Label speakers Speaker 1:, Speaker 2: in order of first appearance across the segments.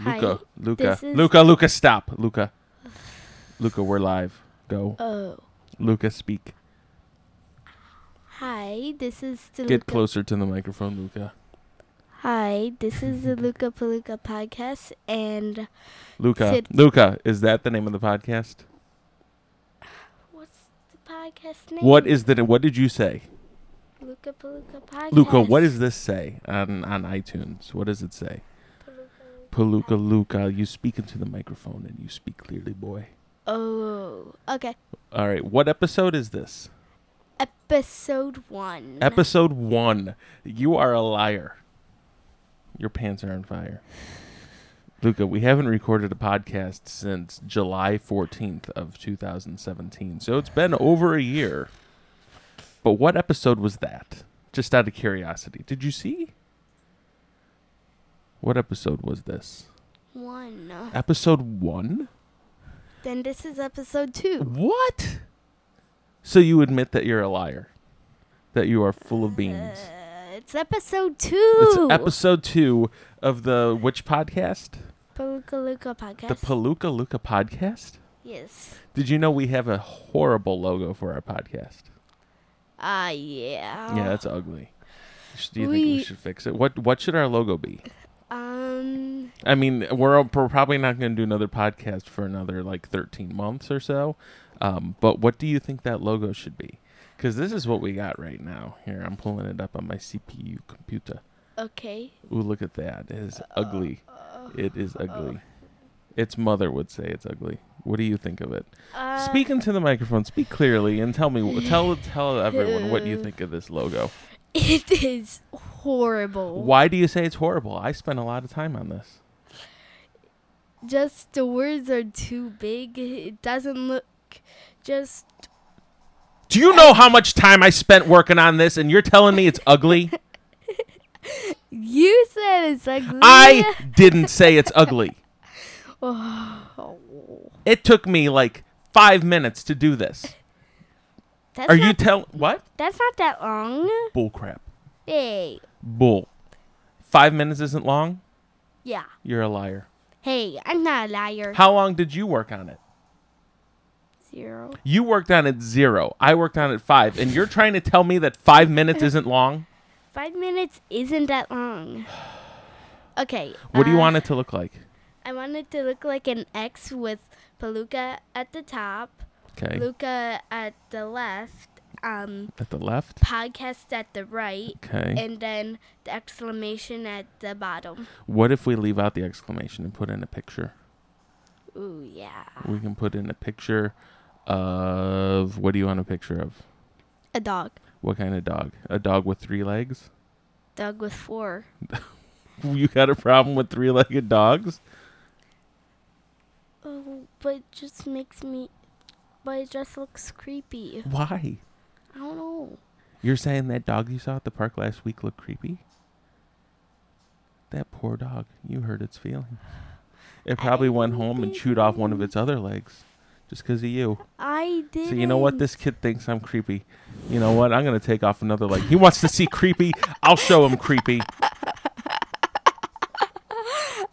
Speaker 1: Hi,
Speaker 2: Luca, Luca,
Speaker 1: this is-
Speaker 2: Luca, Luca, stop, Luca, Luca, we're live. Go,
Speaker 1: Oh,
Speaker 2: Luca, speak.
Speaker 1: hi. This is the
Speaker 2: Get
Speaker 1: Luca-
Speaker 2: closer to the microphone, Luca.
Speaker 1: Hi, this is the Luca Paluca podcast, and
Speaker 2: Luca,
Speaker 1: Sid-
Speaker 2: Luca, is that the name of the podcast?
Speaker 1: what's the podcast name?
Speaker 2: What is the? What did you say,
Speaker 1: Luca Paluca podcast?
Speaker 2: Luca? What does this say on on iTunes? What does it say? Paluca, Luca, you speak into the microphone and you speak clearly, boy.
Speaker 1: Oh, okay.
Speaker 2: All right, what episode is this?
Speaker 1: Episode one.
Speaker 2: Episode one. You are a liar. Your pants are on fire. Luca, we haven't recorded a podcast since July 14th of 2017. So it's been over a year. But what episode was that? Just out of curiosity. Did you see? What episode was this?
Speaker 1: one.
Speaker 2: Episode 1?
Speaker 1: Then this is episode two.
Speaker 2: What? So you admit that you're a liar. That you are full of beans.
Speaker 1: Uh, it's episode two.
Speaker 2: It's episode two of the which podcast?
Speaker 1: Paluca Luca podcast.
Speaker 2: The Paluca Luca podcast.
Speaker 1: yes.
Speaker 2: Did you know we have a horrible logo for our podcast?
Speaker 1: Ah, yeah.
Speaker 2: Yeah, that's ugly. Sh- Do you think we
Speaker 1: We-
Speaker 2: should fix it? What What should our logo be?
Speaker 1: Um.
Speaker 2: I mean, we're, we're probably not going to do another podcast for another like thirteen months or so. Um, but what do you think that logo should be? Because this is what we got right now. Here, I'm pulling it up on my CPU computer.
Speaker 1: Okay. Uh,
Speaker 2: Ooh, look at that! It is ugly. It is ugly. Its mother would say it's ugly. What do you think of it?
Speaker 1: Uh,
Speaker 2: speak into the microphone. Speak clearly and tell me. Tell tell everyone what you think of this logo.
Speaker 1: It is horrible.
Speaker 2: Why do you say it's horrible? I spent a lot of time on this.
Speaker 1: Just the words are too big. It doesn't look just
Speaker 2: Do you know how much time I spent working on this, and you're telling me it's ugly?
Speaker 1: you said it's ugly.
Speaker 2: I didn't say it's ugly.
Speaker 1: Oh.
Speaker 2: It took me like five minutes to do this.
Speaker 1: That's
Speaker 2: Are
Speaker 1: not,
Speaker 2: you tell what?
Speaker 1: That's not that long.
Speaker 2: Bull crap.
Speaker 1: Hey.
Speaker 2: Bull. Five minutes isn't long.
Speaker 1: Yeah.
Speaker 2: You're a liar.
Speaker 1: Hey, I'm not a liar.
Speaker 2: How long did you work on it?
Speaker 1: Zero.
Speaker 2: You worked on it zero. I worked on it five. And you're trying to tell me that five minutes isn't long?
Speaker 1: Five minutes isn't that long. Okay.
Speaker 2: What do you
Speaker 1: uh,
Speaker 2: want it to look like?
Speaker 1: I want it to look like an X with Paluca at the top,
Speaker 2: Okay.
Speaker 1: Luca at the left, um,
Speaker 2: At the left?
Speaker 1: podcast at the right,
Speaker 2: Okay.
Speaker 1: and then the exclamation at the bottom.
Speaker 2: what if we leave out the exclamation and put in a picture?
Speaker 1: Ooh, yeah.
Speaker 2: We can put in a picture of. What do you want a picture of?
Speaker 1: A dog.
Speaker 2: What kind of dog? A dog with three legs?
Speaker 1: Dog with four.
Speaker 2: You got a problem with three legged dogs?
Speaker 1: Oh, but it just makes me. But it just looks creepy.
Speaker 2: Why?
Speaker 1: I don't know.
Speaker 2: You're saying that dog you saw at the park last week looked creepy? That poor dog. You hurt its feelings. It probably went home and chewed off one of its other legs just 'cause of you.
Speaker 1: I did.
Speaker 2: So you know what? This kid thinks I'm creepy. You know what? I'm gonna take off another leg. He wants to see creepy. I'll show him creepy.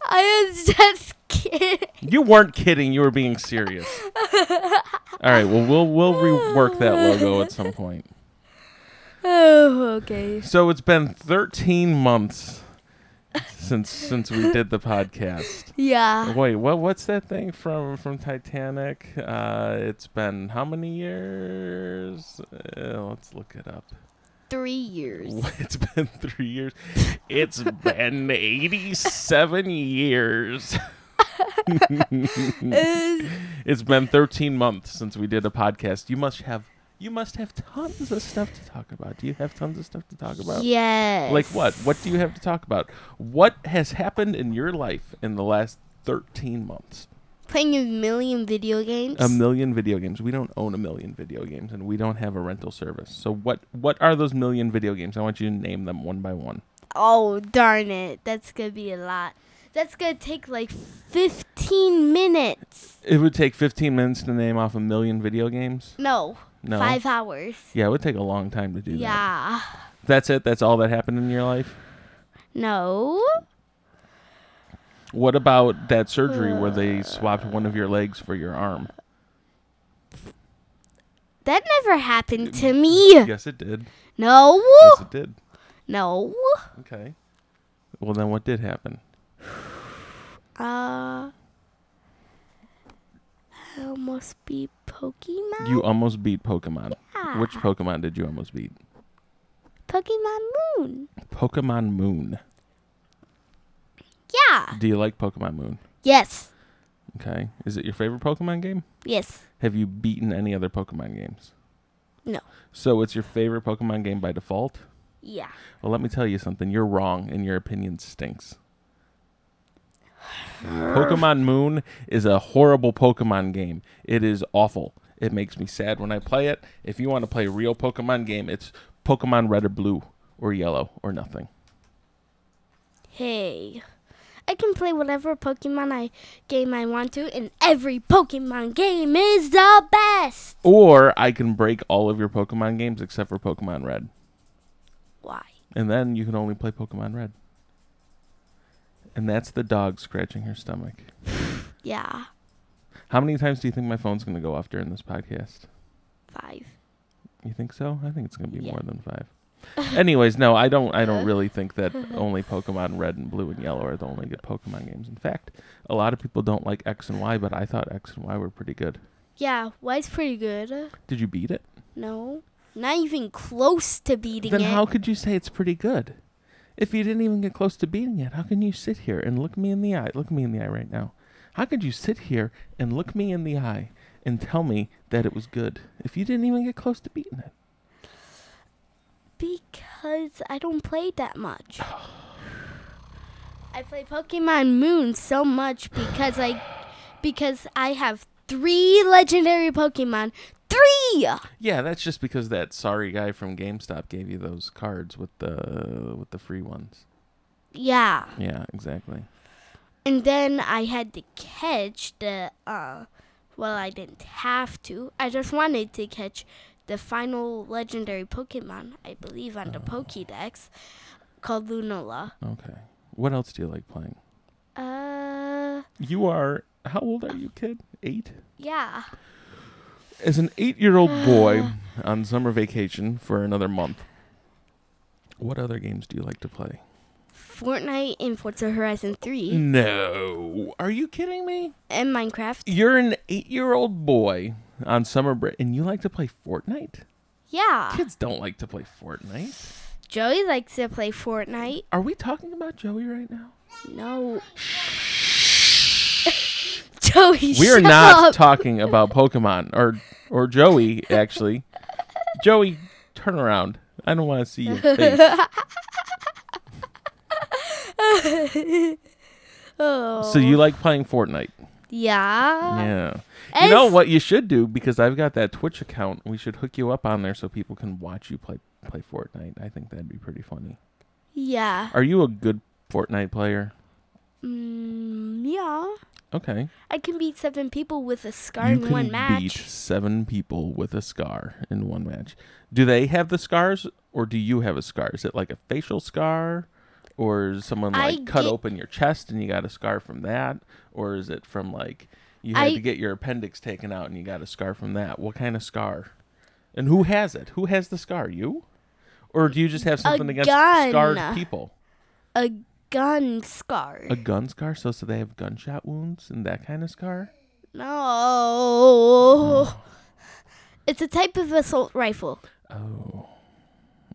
Speaker 1: I was just kidding.
Speaker 2: You weren't kidding. You were being serious. All right. Well, we'll we'll rework that logo at some point.
Speaker 1: Oh, okay.
Speaker 2: So it's been 13 months since since we did the podcast.
Speaker 1: Yeah.
Speaker 2: Wait, what? What's that thing from from Titanic? Uh, it's been how many years? Uh, let's look it up.
Speaker 1: Three years.
Speaker 2: It's been three years. It's been 87 years.
Speaker 1: Is-
Speaker 2: It's been 13 months since we did a podcast. You must have you must have tons of stuff to talk about. Do you have tons of stuff to talk about?
Speaker 1: yes.
Speaker 2: Like what? What do you have to talk about? What has happened in your life in the last 13 months?
Speaker 1: Playing a million video games.
Speaker 2: A million video games. We don't own a million video games and we don't have a rental service. So what what are those million video games? I want you to name them one by one.
Speaker 1: Oh, darn it. That's going to be a lot. That's going to take like 15 minutes.
Speaker 2: It would take 15 minutes to name off a million video games.
Speaker 1: No.
Speaker 2: No.
Speaker 1: Five hours.
Speaker 2: Yeah, it would take a long time to do that.
Speaker 1: Yeah.
Speaker 2: That's it. That's all that happened in your life.
Speaker 1: No.
Speaker 2: What about that surgery where they
Speaker 1: Uh.
Speaker 2: swapped one of your legs for your arm?
Speaker 1: That never happened to me.
Speaker 2: Yes, it did.
Speaker 1: No.
Speaker 2: Yes, it did.
Speaker 1: No.
Speaker 2: Okay. Well, then what did happen?
Speaker 1: Uh. I almost be Pokemon.
Speaker 2: You almost beat Pokemon.
Speaker 1: Yeah.
Speaker 2: Which Pokemon did you almost beat?
Speaker 1: Pokemon Moon.
Speaker 2: Pokemon Moon.
Speaker 1: Yeah.
Speaker 2: Do you like Pokemon Moon?
Speaker 1: Yes.
Speaker 2: Okay. Is it your favorite Pokemon game?
Speaker 1: Yes.
Speaker 2: Have you beaten any other Pokemon games?
Speaker 1: No.
Speaker 2: So it's your favorite Pokemon game by default?
Speaker 1: Yeah.
Speaker 2: Well, let me tell you something. You're wrong, and your opinion stinks. Pokemon Moon is a horrible Pokemon game. It is awful. It makes me sad when I play it. If you want to play a real Pokemon game, it's Pokemon Red or Blue or Yellow or nothing.
Speaker 1: Hey. I can play whatever Pokemon I game I want to, and every Pokemon game is the best.
Speaker 2: Or I can break all of your Pokemon games except for Pokemon Red.
Speaker 1: Why?
Speaker 2: And then you can only play Pokemon Red. And that's the dog scratching her stomach.
Speaker 1: Yeah.
Speaker 2: How many times do you think my phone's going to go off during this podcast?
Speaker 1: Five.
Speaker 2: You think so? I think it's gonna be
Speaker 1: Yeah.
Speaker 2: more than five. Anyways, no, I don't. I don't really think that only Pokemon Red and Blue and Yellow are the only good Pokemon games. In fact, a lot of people don't like X and Y, but I thought X and Y were pretty good.
Speaker 1: Yeah. Y's pretty good.
Speaker 2: Did you beat it?
Speaker 1: No. Not even close to beating
Speaker 2: then
Speaker 1: it.
Speaker 2: how could you say it's pretty good? If you didn't even get close to beating it, how can you sit here and look me in the eye? Look me in the eye right now. How could you sit here and look me in the eye and tell me that it was good if you didn't even get close to beating it?
Speaker 1: Because I don't play that much. I play Pokemon Moon so much because I because I have three legendary Pokemon. Three
Speaker 2: Yeah, that's just because that sorry guy from GameStop gave you those cards with the with the free ones.
Speaker 1: Yeah.
Speaker 2: Yeah, exactly.
Speaker 1: And then I had to catch the uh well I didn't have to. I just wanted to catch the final legendary Pokemon, I believe on the Pokédex called Lunala.
Speaker 2: Okay. What else do you like playing?
Speaker 1: Uh
Speaker 2: You are how old are you, kid? 8?
Speaker 1: yeah.
Speaker 2: As an 8-year-old boy on summer vacation for another month. What other games do you like to play?
Speaker 1: Fortnite and Forza Horizon
Speaker 2: Mm.
Speaker 1: 3
Speaker 2: No. Are you kidding me?
Speaker 1: and Minecraft.
Speaker 2: You're an 8-year-old boy on summer break and you like to play Fortnite?
Speaker 1: Yeah.
Speaker 2: Kids don't like to play Fortnite.
Speaker 1: Joey likes to play Fortnite.
Speaker 2: Are we talking about Joey right now?
Speaker 1: No. Joey,
Speaker 2: We're
Speaker 1: shut
Speaker 2: not
Speaker 1: up.
Speaker 2: talking about Pokemon or or Joey actually. Joey, turn around. I don't want to see your face.
Speaker 1: oh.
Speaker 2: so you like playing Fortnite?
Speaker 1: Yeah.
Speaker 2: Yeah. You
Speaker 1: as-
Speaker 2: know what you should do because I've got that Twitch account. We should hook you up on there so people can watch you play play Fortnite. I think that'd be pretty funny.
Speaker 1: Yeah.
Speaker 2: Are you a good Fortnite player?
Speaker 1: Mm, yeah.
Speaker 2: Okay.
Speaker 1: I can beat seven people with a scar
Speaker 2: you
Speaker 1: in
Speaker 2: can
Speaker 1: one match.
Speaker 2: beat seven people with a scar in one match. Do they have the scars, or do you have a scar? Is it like a facial scar, or is someone
Speaker 1: I
Speaker 2: like cut
Speaker 1: get-
Speaker 2: open your chest and you got a scar from that, or is it from like you had
Speaker 1: I-
Speaker 2: to get your appendix taken out and you got a scar from that? What kind of scar? And who has it? Who has the scar? You, or do you just have something against
Speaker 1: gun.
Speaker 2: scarred people?
Speaker 1: A gun scar.
Speaker 2: A gun scar. So, so they have gunshot wounds and that kind of scar.
Speaker 1: no. It's a type of assault rifle.
Speaker 2: Oh,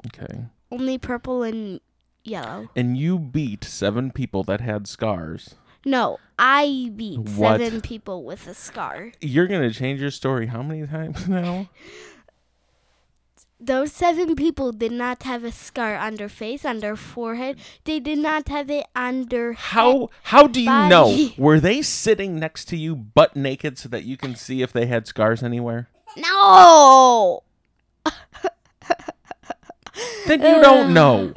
Speaker 2: okay.
Speaker 1: Only purple and yellow.
Speaker 2: and you beat seven people that had scars,
Speaker 1: No, I beat
Speaker 2: What?
Speaker 1: seven people with a scar.
Speaker 2: you're gonna change your story how many times now?
Speaker 1: Those seven people did not have a scar on their face, on their forehead. They did not have it on their head.
Speaker 2: How how do you
Speaker 1: Bye.
Speaker 2: know? Were they sitting next to you butt naked so that you can see if they had scars anywhere?
Speaker 1: No.
Speaker 2: Then you
Speaker 1: Uh,
Speaker 2: don't know.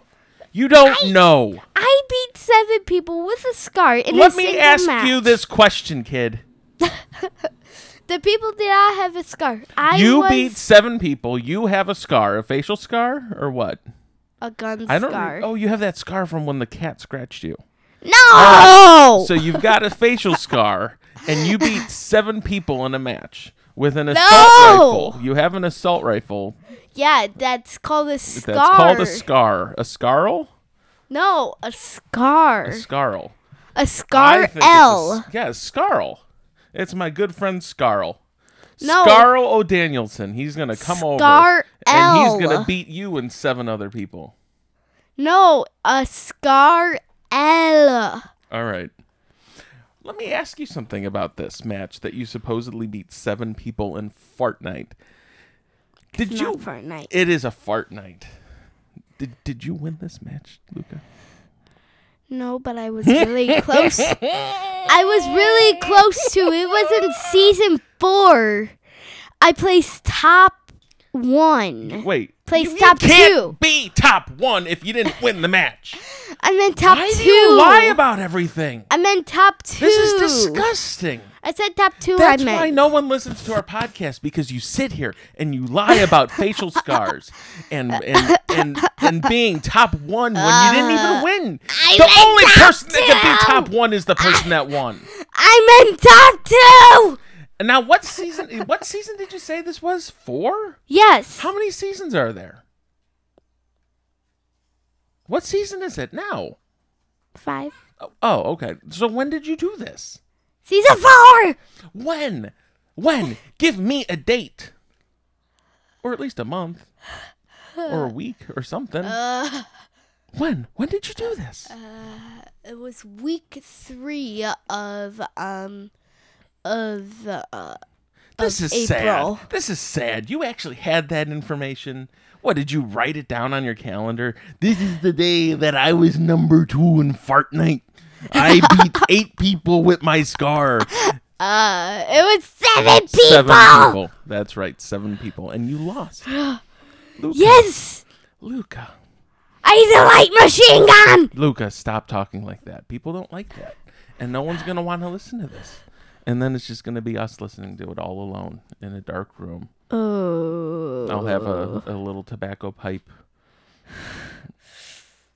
Speaker 2: You don't know.
Speaker 1: I beat seven people with a scar in a
Speaker 2: Let
Speaker 1: single
Speaker 2: me ask
Speaker 1: match.
Speaker 2: you this question, kid.
Speaker 1: The people did not have a scar. I
Speaker 2: you
Speaker 1: was
Speaker 2: beat seven people. You have a scar, a facial scar, or what?
Speaker 1: a gun
Speaker 2: I don't.
Speaker 1: scar.
Speaker 2: Re- oh, you have that scar from when the cat scratched you.
Speaker 1: No.
Speaker 2: So you've got a facial scar, and you beat seven people in a match with an assault
Speaker 1: No!
Speaker 2: rifle. You have an assault rifle
Speaker 1: Yeah, that's called a scar.
Speaker 2: that's called a scar. A scarl?
Speaker 1: No, a scar.
Speaker 2: A scarl.
Speaker 1: A
Speaker 2: I
Speaker 1: scar
Speaker 2: think it's a
Speaker 1: L.
Speaker 2: s- yeah, a scarl. It's my good friend Scarl.
Speaker 1: No.
Speaker 2: Scarl O'Danielson. He's gonna come over
Speaker 1: Scar
Speaker 2: and he's
Speaker 1: L.
Speaker 2: gonna beat you and seven other people.
Speaker 1: No, a scar L.
Speaker 2: All right. Let me ask you something about this match that you supposedly beat seven people in fart night. Did
Speaker 1: Not
Speaker 2: you?
Speaker 1: Fortnite.
Speaker 2: It is a fart night. Did Did you win this match, Luca?
Speaker 1: No, but I was really close. I was really close to it. Was in season four. I placed top one.
Speaker 2: Wait.
Speaker 1: Place
Speaker 2: you,
Speaker 1: top
Speaker 2: you can't
Speaker 1: two.
Speaker 2: Be top one if you didn't win the match.
Speaker 1: I meant top
Speaker 2: Why
Speaker 1: two.
Speaker 2: do you lie about everything?
Speaker 1: I meant top two.
Speaker 2: This is disgusting.
Speaker 1: I said top two.
Speaker 2: That's
Speaker 1: I meant.
Speaker 2: why no one listens to our podcast because you sit here and you lie about facial scars and and, and and being top one when you didn't even win. the
Speaker 1: meant
Speaker 2: only
Speaker 1: Uh, top
Speaker 2: person that
Speaker 1: two.
Speaker 2: could be top one is the person that won.
Speaker 1: I meant top two.
Speaker 2: And now, what season? What season did you say this was? Four?
Speaker 1: Yes.
Speaker 2: How many seasons are there? What season is it now?
Speaker 1: Five.
Speaker 2: Oh, okay. So when did you do this?
Speaker 1: Season four.
Speaker 2: When? When? Give me a date. Or at least a month. Or a week or something.
Speaker 1: Uh,
Speaker 2: when? When did you do this?
Speaker 1: It was week three of um of uh,
Speaker 2: this is
Speaker 1: April.
Speaker 2: sad. This is sad. You actually had that information. What did you write it down on your calendar? This is the day that I was number two in fart night. I beat eight people with my scar.
Speaker 1: uh it was seven people.
Speaker 2: Seven people. That's right, seven people. And you lost. Luca.
Speaker 1: Yes.
Speaker 2: Luca.
Speaker 1: I need a light machine gun.
Speaker 2: Luca, stop talking like that. People don't like that. And no one's going to want to listen to this. And then it's just going to be us listening to it all alone in a dark room.
Speaker 1: Oh.
Speaker 2: I'll have a, a little tobacco pipe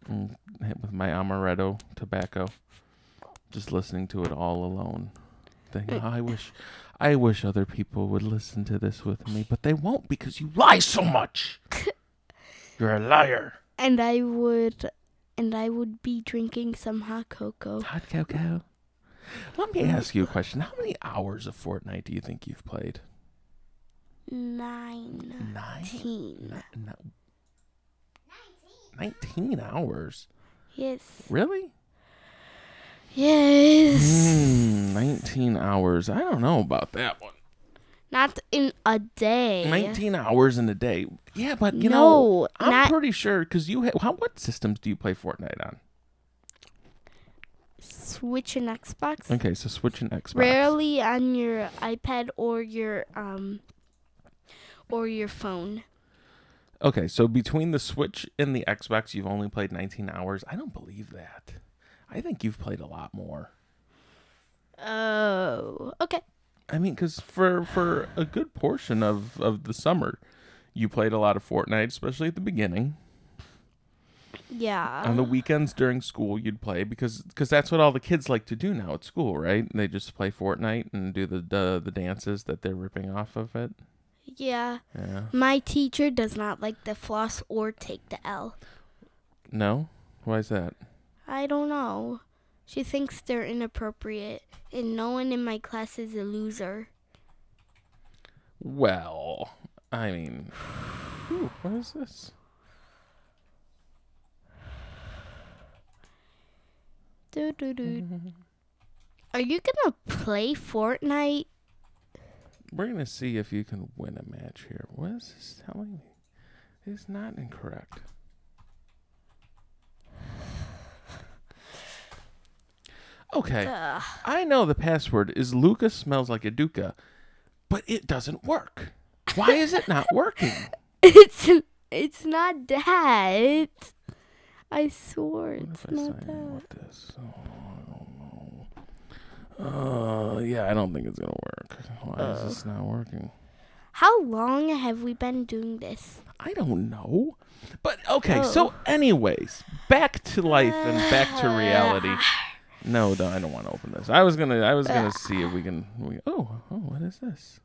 Speaker 2: Mm, with my amaretto tobacco, just listening to it all alone. Thing. I wish, I wish other people would listen to this with me, but they won't because you lie so much. You're a liar.
Speaker 1: And I would, and I would be drinking some hot cocoa.
Speaker 2: Hot cocoa. Let me ask you a question. How many hours of Fortnite do you think you've played?
Speaker 1: Nineteen.
Speaker 2: Nine. No. Nineteen hours.
Speaker 1: Yes.
Speaker 2: Really?
Speaker 1: Yes.
Speaker 2: Mm, Nineteen hours. I don't know about that one.
Speaker 1: Not in a day.
Speaker 2: Nineteen hours in a day. Yeah, but you know,
Speaker 1: No,
Speaker 2: I'm
Speaker 1: not-
Speaker 2: pretty sure because you. Ha- how what systems do you play Fortnite on?
Speaker 1: Switch and Xbox.
Speaker 2: Okay, so Switch and Xbox.
Speaker 1: Rarely on your iPad or your um or your phone.
Speaker 2: Okay, so between the Switch and the Xbox, you've only played 19 hours. I don't believe that. I think you've played a lot more.
Speaker 1: Oh. Okay.
Speaker 2: I mean, because for for a good portion of of the summer, you played a lot of Fortnite, especially at the beginning.
Speaker 1: Yeah.
Speaker 2: On the weekends during school, you'd play because because that's what all the kids like to do now at school, right? They just play Fortnite and do the the, the dances that they're ripping off of it.
Speaker 1: yeah.
Speaker 2: Yeah.
Speaker 1: My teacher does not like the floss or take the L.
Speaker 2: No. Why is that?
Speaker 1: I don't know. She thinks they're inappropriate and no one in my class is a loser.
Speaker 2: Well, I mean, Ooh, what is this?
Speaker 1: Doo doo doo. Are you going to play Fortnite?
Speaker 2: We're gonna see if you can win a match here. What is this telling me? It's not incorrect. Okay,
Speaker 1: Ugh.
Speaker 2: I know the password is Lucas smells like a duca, but it doesn't work. Why is it not working?
Speaker 1: It's it's not that. I swore it's
Speaker 2: If I
Speaker 1: not
Speaker 2: sign in
Speaker 1: that.
Speaker 2: with this, oh, I don't know. Uh, yeah, I don't think it's gonna work. Why is this not working?
Speaker 1: How long have we been doing this?
Speaker 2: I don't know. But okay, so anyways, back to life and back to reality. No, no, I don't want to open this. I was gonna, I was gonna
Speaker 1: Ah.
Speaker 2: see if we can. We, oh, oh, what is this?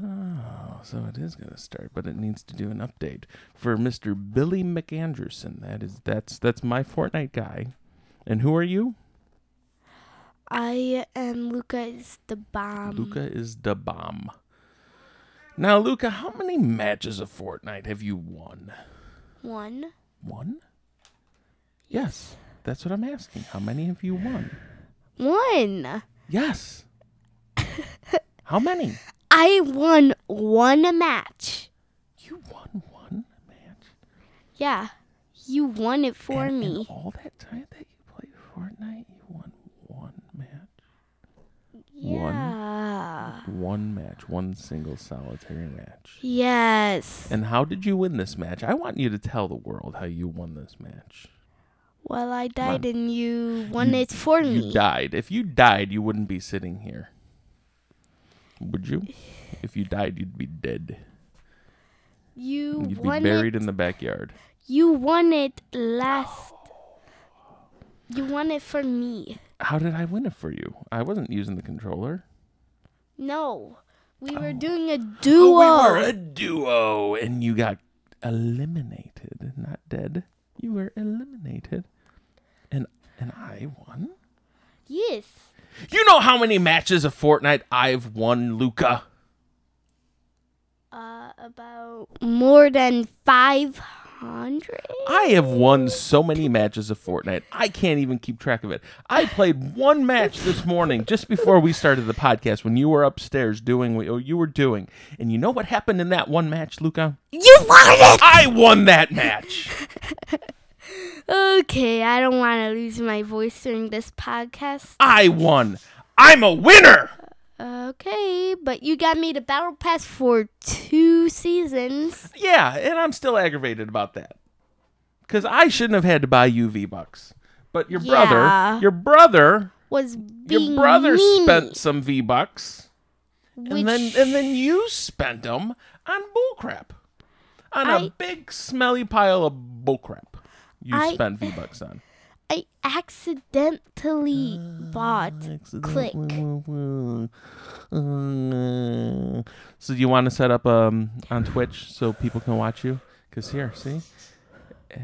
Speaker 2: Oh, so it is gonna start, but it needs to do an update for Mister Billy McAnderson. That is, that's that's my Fortnite guy. And who are you?
Speaker 1: I am Luca is the bomb.
Speaker 2: Luca is the bomb. Now, Luca, how many matches of Fortnite have you won?
Speaker 1: one.
Speaker 2: One. Yes, that's what I'm asking. How many have you won?
Speaker 1: One.
Speaker 2: Yes. how many?
Speaker 1: I won one match.
Speaker 2: You won one match
Speaker 1: Yeah. You won it for
Speaker 2: And in
Speaker 1: me.
Speaker 2: all that time that you played Fortnite, you won one match. one-
Speaker 1: yeah.
Speaker 2: One match, one single solitary match.
Speaker 1: Yes.
Speaker 2: And how did you win this match? I want you to tell the world how you won this match.
Speaker 1: Well, I died and you won
Speaker 2: You-
Speaker 1: it for
Speaker 2: You
Speaker 1: me.
Speaker 2: died. If you died, you wouldn't be sitting here. Would you? If you died, you'd be dead.
Speaker 1: you
Speaker 2: You'd be
Speaker 1: won
Speaker 2: buried
Speaker 1: it.
Speaker 2: in the backyard.
Speaker 1: You won it last. You won it for me.
Speaker 2: How did I win it for you? I wasn't using the controller.
Speaker 1: No. We were doing a
Speaker 2: Oh,
Speaker 1: duo.
Speaker 2: We were a duo, and you got eliminated, not dead. You were eliminated, and and I won.
Speaker 1: yes.
Speaker 2: You know how many matches of Fortnite I've won, Luca?
Speaker 1: Uh, about more than 500?
Speaker 2: I have won so many matches of Fortnite. I can't even keep track of it. I played one match this morning just before we started the podcast when you were upstairs doing what you were doing. And you know what happened in that one match, Luca?
Speaker 1: You won it!
Speaker 2: I won that match.
Speaker 1: Okay, I don't want to lose my voice during this podcast.
Speaker 2: I won. I'm a winner.
Speaker 1: Okay, but you got me the battle pass for two seasons.
Speaker 2: Yeah, and I'm still aggravated about that. Cuz I shouldn't have had to buy UV bucks. But your
Speaker 1: Yeah.
Speaker 2: brother, your brother,
Speaker 1: Was being
Speaker 2: your brother
Speaker 1: mean,
Speaker 2: spent some V bucks.
Speaker 1: which-
Speaker 2: and then and then you spent them on bullcrap, on a
Speaker 1: I-
Speaker 2: big smelly pile of bullcrap. You
Speaker 1: I-
Speaker 2: spent V bucks on.
Speaker 1: I accidentally
Speaker 2: Uh,
Speaker 1: bought. click.
Speaker 2: Uh, So you want to set up um on Twitch so people can watch you? Cause here, see. Uh,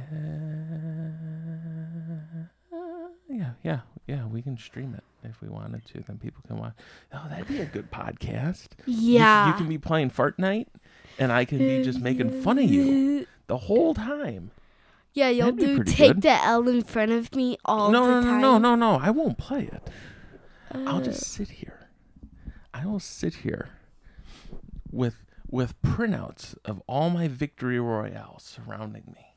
Speaker 2: yeah, yeah, yeah. We can stream it if we wanted to. Then people can watch. Oh, that'd be a good podcast. You-
Speaker 1: Yeah.
Speaker 2: You, can be playing Fortnite, and I can be just making fun of you the whole time.
Speaker 1: Yeah, you'll
Speaker 2: That'd be
Speaker 1: do
Speaker 2: pretty
Speaker 1: take
Speaker 2: good.
Speaker 1: the L in front of me all
Speaker 2: no,
Speaker 1: the
Speaker 2: no,
Speaker 1: time. Uh.
Speaker 2: no, no, no, no. I won't play it. I'll just sit here. I will sit here with with printouts of all my victory royales surrounding me.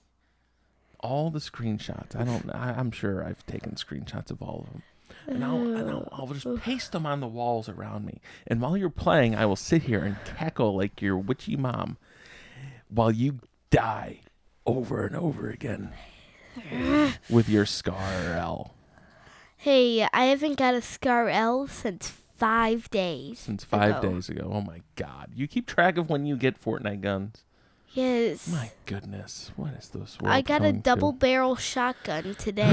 Speaker 2: All the screenshots. I don't. I, I'm sure I've taken screenshots of all of them. And I'll, and I'll, I'll just paste them on the walls around me. And while you're playing, I will sit here and cackle like your witchy mom while you die over and over again with your scar L.
Speaker 1: Hey, I haven't got a scar L since five days.
Speaker 2: since five
Speaker 1: ago.
Speaker 2: days ago. Oh my god! You keep track of when you get Fortnite guns.
Speaker 1: Yes.
Speaker 2: My goodness, what is this world?
Speaker 1: I got a
Speaker 2: going to?
Speaker 1: double barrel shotgun today.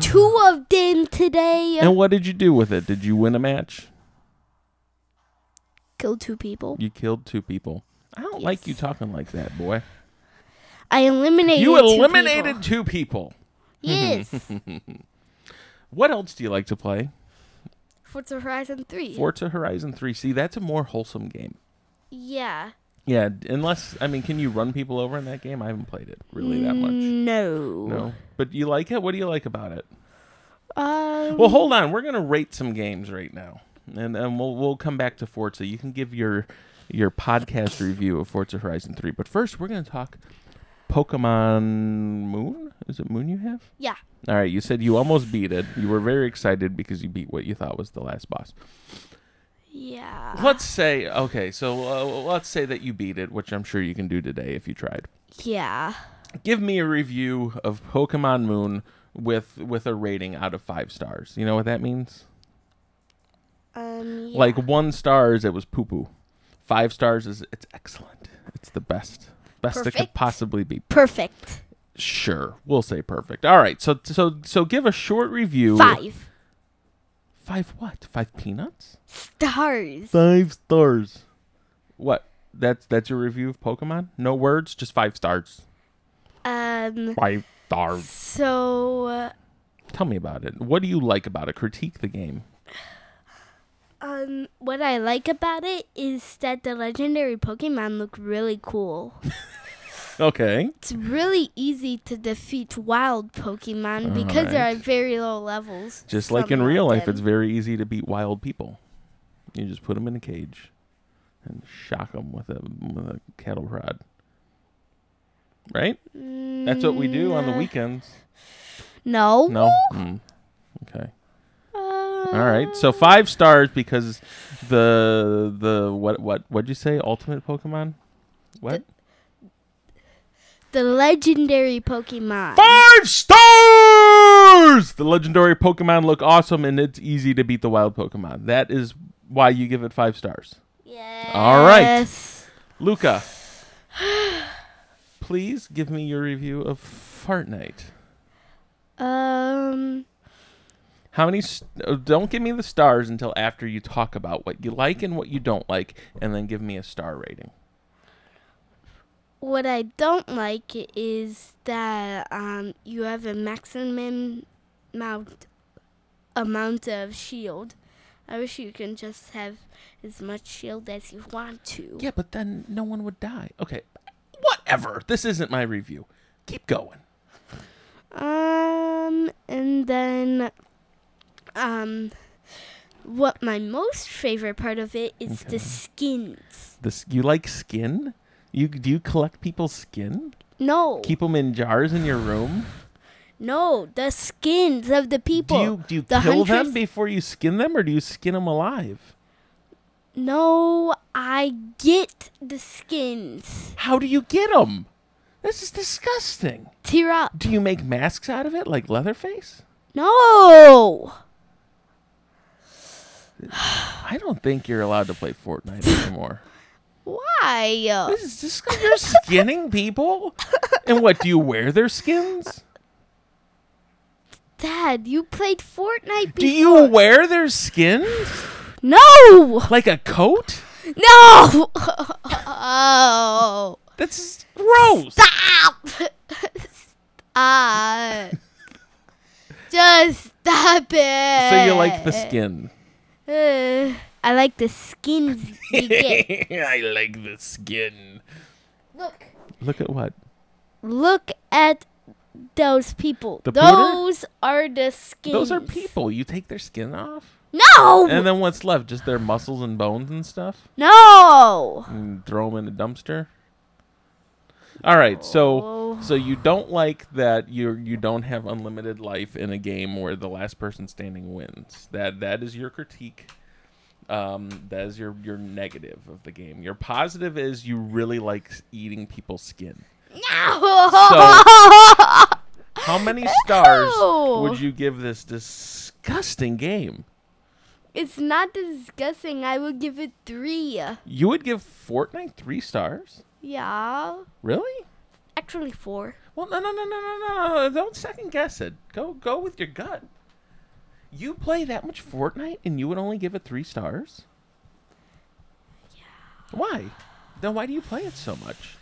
Speaker 1: Two of them today.
Speaker 2: And what did you do with it? Did you win a match?
Speaker 1: Killed two people.
Speaker 2: You killed two people. I don't like you
Speaker 1: Yes.
Speaker 2: talking like that, boy.
Speaker 1: I eliminated.
Speaker 2: You
Speaker 1: two
Speaker 2: eliminated
Speaker 1: people.
Speaker 2: two people.
Speaker 1: Yes.
Speaker 2: What else do you like to play?
Speaker 1: Forza Horizon 3.
Speaker 2: Forza Horizon 3. See, that's a more wholesome game.
Speaker 1: yeah.
Speaker 2: Yeah, d- unless I mean, can you run people over in that game? I haven't played it really that
Speaker 1: Mm.
Speaker 2: much.
Speaker 1: No.
Speaker 2: No, but you like it. What do you like about it?
Speaker 1: Um,
Speaker 2: Well, hold on. We're gonna rate some games right now, and and we'll we'll come back to Forza. You can give your your podcast review of Forza Horizon Three, but first we're gonna talk Pokemon Moon. Is it Moon you have?
Speaker 1: yeah.
Speaker 2: All right. You said you almost beat it. You were very excited because you beat what you thought was the last boss.
Speaker 1: Yeah.
Speaker 2: Let's say okay. So uh, let's say that you beat it, which I'm sure you can do today if you tried.
Speaker 1: Yeah.
Speaker 2: Give me a review of Pokemon Moon with with a rating out of five stars. You know what that means?
Speaker 1: Um, yeah.
Speaker 2: Like one stars, it was poo poo. Five stars is it's excellent. It's the best, best it could
Speaker 1: Perfect.
Speaker 2: possibly be.
Speaker 1: perfect.
Speaker 2: Sure, we'll say perfect. All right, so so so give a short review.
Speaker 1: Five
Speaker 2: Five what? Five peanuts?
Speaker 1: stars.
Speaker 2: Five stars. What? That's that's your review of Pokemon? No words, just five stars.
Speaker 1: Um.
Speaker 2: Five stars.
Speaker 1: So,
Speaker 2: Tell me about it. What do you like about it? Critique the game.
Speaker 1: um, what I like about it is that the legendary Pokemon look really cool.
Speaker 2: Okay.
Speaker 1: It's really easy to defeat wild Pokemon because they're
Speaker 2: Alright.
Speaker 1: at very low levels.
Speaker 2: Just like in real life, it's very easy to beat wild people. You just put them in a cage and shock them with a, with a cattle prod. Right? That's what we do on the weekends.
Speaker 1: Mm, No. Uh,
Speaker 2: No? Mm. Okay. All
Speaker 1: All
Speaker 2: right. So five stars because the the what what what'd you say? Ultimate Pokemon? What?
Speaker 1: the legendary Pokemon.
Speaker 2: Five stars! The legendary Pokemon look awesome and it's easy to beat the wild Pokemon. That is why you give it five stars.
Speaker 1: Yes.
Speaker 2: All right. Luca, please give me your review of Fartnite.
Speaker 1: Um.
Speaker 2: How many? St- uh, don't give me the stars until after you talk about what you like and what you don't like, and then give me a star rating.
Speaker 1: What I don't like is that um you have a maximum amount amount of shield. I wish you can just have as much shield as you want to.
Speaker 2: Yeah, but then no one would die. Okay, whatever. This isn't my review. Keep going.
Speaker 1: Um, and then, um, what my most favorite part of it is
Speaker 2: Okay.
Speaker 1: the skins.
Speaker 2: This you like skin? You do you collect people's skin?
Speaker 1: No,
Speaker 2: Keep them in jars in your room?
Speaker 1: no, the skins of the people.
Speaker 2: do you do you
Speaker 1: the
Speaker 2: kill them
Speaker 1: hunters-
Speaker 2: before you skin them, or do you skin them alive?
Speaker 1: No, I get the skins.
Speaker 2: How do you get them? This is disgusting.
Speaker 1: Tear up.
Speaker 2: Do you make masks out of it, like Leatherface?
Speaker 1: No,
Speaker 2: I don't think you're allowed to play Fortnite anymore.
Speaker 1: why?
Speaker 2: this is disgusting. You're skinning people, and what do you wear their skins?
Speaker 1: Dad, you played Fortnite.
Speaker 2: Do
Speaker 1: Be-
Speaker 2: you wear their skins
Speaker 1: no,
Speaker 2: like a coat?
Speaker 1: no. oh.
Speaker 2: That's gross.
Speaker 1: Stop! stop. Just stop it.
Speaker 2: So you like the skin?
Speaker 1: Uh, I like the skins you get.
Speaker 2: I like the skin.
Speaker 1: Look.
Speaker 2: Look at what?
Speaker 1: Look at those people.
Speaker 2: The pooter?
Speaker 1: those are the skins.
Speaker 2: Those are people. You take their skin off,
Speaker 1: No!
Speaker 2: and then what's left? Just their muscles and bones and stuff.
Speaker 1: no!
Speaker 2: and throw them in a dumpster. All right, so
Speaker 1: Oh.
Speaker 2: so you don't like that you you don't have unlimited life in a game where the last person standing wins. That that is your critique. Um, that is your your negative of the game. Your positive is you really like s- eating people's skin.
Speaker 1: No!
Speaker 2: How many stars would
Speaker 1: Ew.
Speaker 2: you give this disgusting game?
Speaker 1: it's not disgusting. I would give it three.
Speaker 2: You would give Fortnite three stars,
Speaker 1: Yeah.
Speaker 2: really?
Speaker 1: Actually, four.
Speaker 2: Well, no, no, no, no, no, no, no! Don't second guess it. Go, go with your gut. You play that much Fortnite, and you would only give it three stars. Yeah. Why? Then why do you play it so much?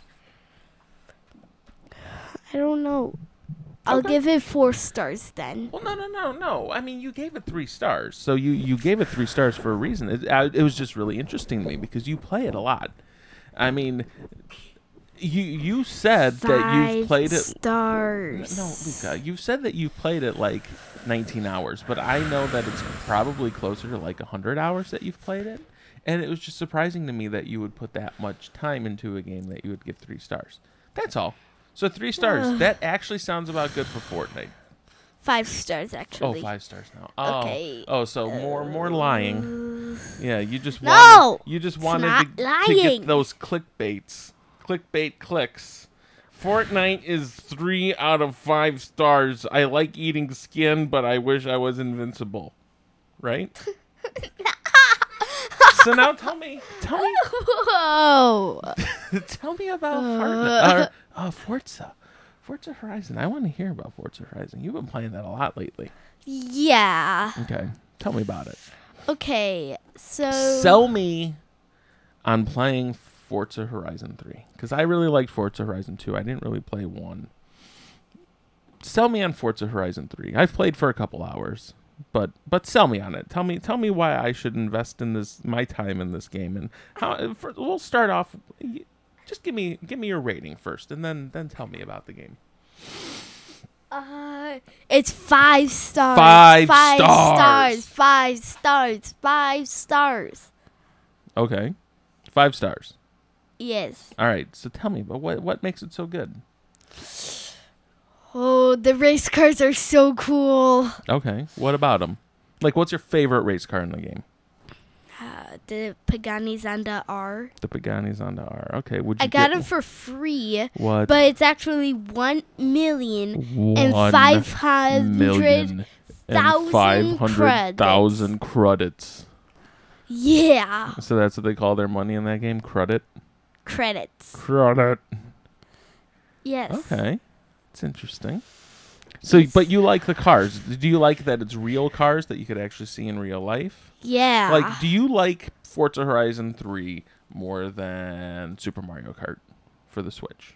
Speaker 1: I don't know. I'll
Speaker 2: Okay.
Speaker 1: give it four stars then.
Speaker 2: Well, no, no, no, no. I mean, you gave it three stars, so you you gave it three stars for a reason. It, I, it was just really interesting to me because you play it a lot. I mean, you you said uh, that you've played it N-
Speaker 1: stars.
Speaker 2: No, Luca, you said that you played it like 19 hours, but I know that it's probably closer to like 100 hours that you've played it. And it was just surprising to me that you would put that much time into a game that you would give three stars. That's all. So three stars.
Speaker 1: Ugh.
Speaker 2: That actually sounds about good for Fortnite.
Speaker 1: Five stars
Speaker 2: Oh,
Speaker 1: actually.
Speaker 2: five stars now. Oh,
Speaker 1: Okay. Uh,
Speaker 2: Oh, so more more lying. Yeah, you just
Speaker 1: No!
Speaker 2: wanted, you just wanted
Speaker 1: not
Speaker 2: to, to get
Speaker 1: lying.
Speaker 2: those clickbaits, clickbait clicks. Fortnite is three out of five stars. I like eating skin, but I wish I was invincible. Right? so now tell me, tell me,
Speaker 1: Whoa.
Speaker 2: tell me about Fortnite, or, uh, Forza. Forza Horizon. I want to hear about Forza Horizon. You've been playing that a lot lately.
Speaker 1: Yeah.
Speaker 2: Okay. Tell me about it.
Speaker 1: Okay. So
Speaker 2: Sell me on playing Forza Horizon 3 cuz I really liked Forza Horizon 2. I didn't really play 1. Sell me on Forza Horizon 3. I've played for a couple hours, but but sell me on it. Tell me tell me why I should invest in this my time in this game and how for, we'll start off y- just give me give me your rating first and then then tell me about the game.
Speaker 1: uh, it's five stars.
Speaker 2: Five
Speaker 1: stars.
Speaker 2: stars.
Speaker 1: Five stars. Five stars.
Speaker 2: Okay. 5 stars.
Speaker 1: Yes.
Speaker 2: All right, so tell me, but what what makes it so good?
Speaker 1: Oh, the race cars are so cool.
Speaker 2: Okay, what about them? Like, what's your favorite race car in the game?
Speaker 1: Uh, the Pagani Zanda R.
Speaker 2: The Pagani Zonda R. Okay, would you
Speaker 1: I got
Speaker 2: get
Speaker 1: it for free,
Speaker 2: what?
Speaker 1: but it's actually one million
Speaker 2: one
Speaker 1: and five hundred.
Speaker 2: million and
Speaker 1: thousand
Speaker 2: five hundred thousand credits.
Speaker 1: Yeah,
Speaker 2: So that's what they call their money in that game, credit.
Speaker 1: credits.
Speaker 2: Credit.
Speaker 1: Yes.
Speaker 2: Okay, it's interesting. So,
Speaker 1: Yes.
Speaker 2: but you like the cars? Do you like that it's real cars that you could actually see in real life?
Speaker 1: Yeah.
Speaker 2: Like, do you like Forza Horizon 3 more than Super Mario Kart for the Switch?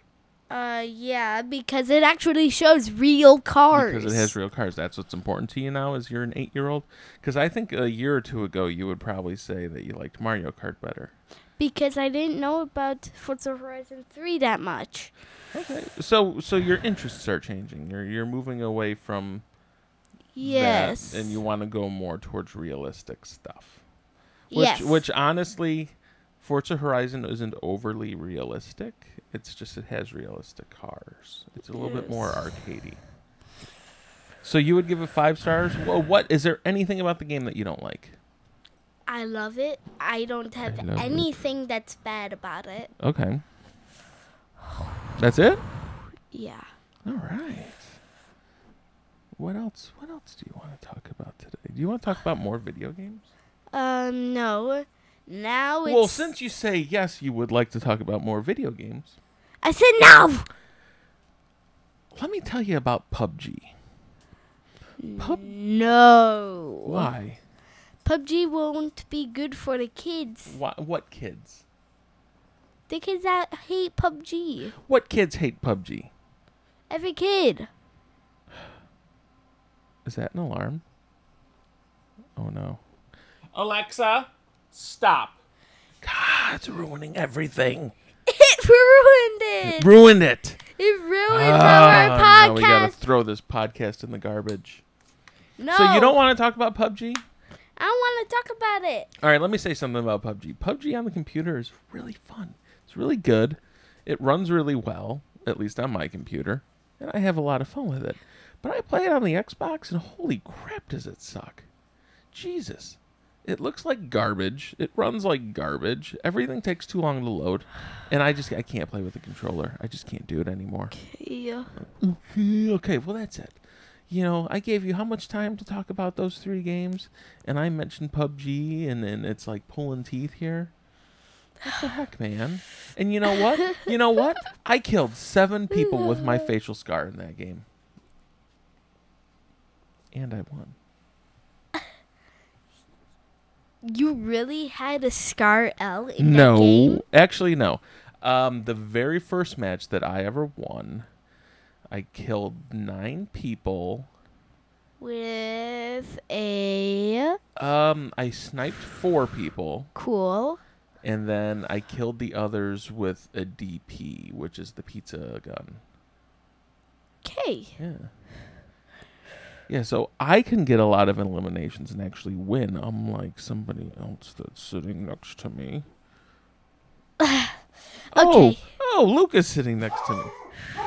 Speaker 1: Uh, yeah, because it actually shows real cars.
Speaker 2: Because it has real cars. That's what's important to you now is you're an eight year old? Because I think a year or two ago, you would probably say that you liked Mario Kart better.
Speaker 1: because I didn't know about Forza Horizon 3 that much.
Speaker 2: Okay. So, so your interests are changing. You're, you're moving away from
Speaker 1: Yes.
Speaker 2: that and you want to go more towards realistic stuff. Which,
Speaker 1: yes.
Speaker 2: which honestly, Forza Horizon isn't overly realistic. It's just it has realistic cars. It's a little bit more
Speaker 1: Yes.
Speaker 2: arcadey. So you would give it five stars. Well, what is there anything about the game that you don't like?
Speaker 1: I love it. I don't have
Speaker 2: love it.
Speaker 1: anything that's bad about it.
Speaker 2: Okay, that's it.
Speaker 1: Yeah.
Speaker 2: All right. What else? What else do you want to talk about today? Do you want to talk about more video games?
Speaker 1: Um, no. Now Oh, it's.
Speaker 2: Well, since you say yes, you would like to talk about more video games.
Speaker 1: I said no!
Speaker 2: Let me tell you about PUBG. Pub-
Speaker 1: no.
Speaker 2: Why?
Speaker 1: PUBG won't be good for the kids.
Speaker 2: Why? What kids?
Speaker 1: The kids that hate PUBG.
Speaker 2: What kids hate PUBG?
Speaker 1: Every kid.
Speaker 2: Is that an alarm? Oh no. Alexa, stop. God, it's ruining everything.
Speaker 1: It ruined it.
Speaker 2: Ruined it.
Speaker 1: It ruined our
Speaker 2: Ah, now we gotta
Speaker 1: podcast.
Speaker 2: throw this podcast in the garbage.
Speaker 1: No,
Speaker 2: So you don't want to talk about PUBG?
Speaker 1: I want to talk about it.
Speaker 2: All right, let me say something about PUBG. PUBG on the computer is really fun. It's really good. It runs really well, at least on my computer, and I have a lot of fun with it. But I play it on the Xbox, and holy crap, does it suck! Jesus, it looks like garbage. It runs like garbage. Everything takes too long to load, and I just I can't play with the controller. I just can't do it anymore.
Speaker 1: Yeah.
Speaker 2: Okay, okay, well that's it. You know, I gave you how much time to talk about those three games, and I mentioned PUBG, and and it's like pulling teeth here. What the heck, man? And you know what? You know what? I killed seven people with my facial scar in that game, and I won.
Speaker 1: You really had a scar L in that game?
Speaker 2: No, actually, no. Um, the very first match that I ever won, I killed nine people.
Speaker 1: With a
Speaker 2: Um, I sniped four people.
Speaker 1: cool.
Speaker 2: and then I killed the others with a DP, which is the pizza gun.
Speaker 1: Okay.
Speaker 2: Yeah. Yeah, so I can get a lot of eliminations and actually win. I'm like somebody else that's sitting next to me. Oh,
Speaker 1: Okay.
Speaker 2: oh, Luca's sitting next to me.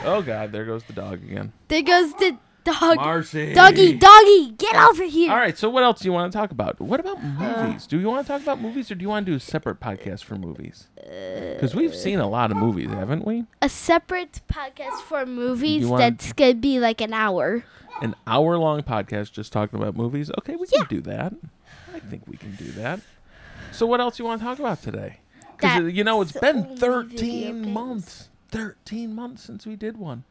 Speaker 2: Oh God, there goes the dog again.
Speaker 1: There goes the dog.
Speaker 2: Marcy.
Speaker 1: Doggy, doggy, get over here.
Speaker 2: All right, so what else do you want to talk about? What
Speaker 1: Uh,
Speaker 2: about movies? Do you want to talk about movies, or do you want to do a separate podcast for movies? Because we've seen a lot of movies, haven't we?
Speaker 1: Uh, A separate podcast for movies
Speaker 2: You want-
Speaker 1: that's gonna be like an hour.
Speaker 2: an hour long podcast just talking about movies. Okay, we can do that. I think we can do that. So what else you want to talk about today?
Speaker 1: That's
Speaker 2: Because you know it's
Speaker 1: the
Speaker 2: been
Speaker 1: only video
Speaker 2: 13
Speaker 1: games.
Speaker 2: months. 13 months since we did one.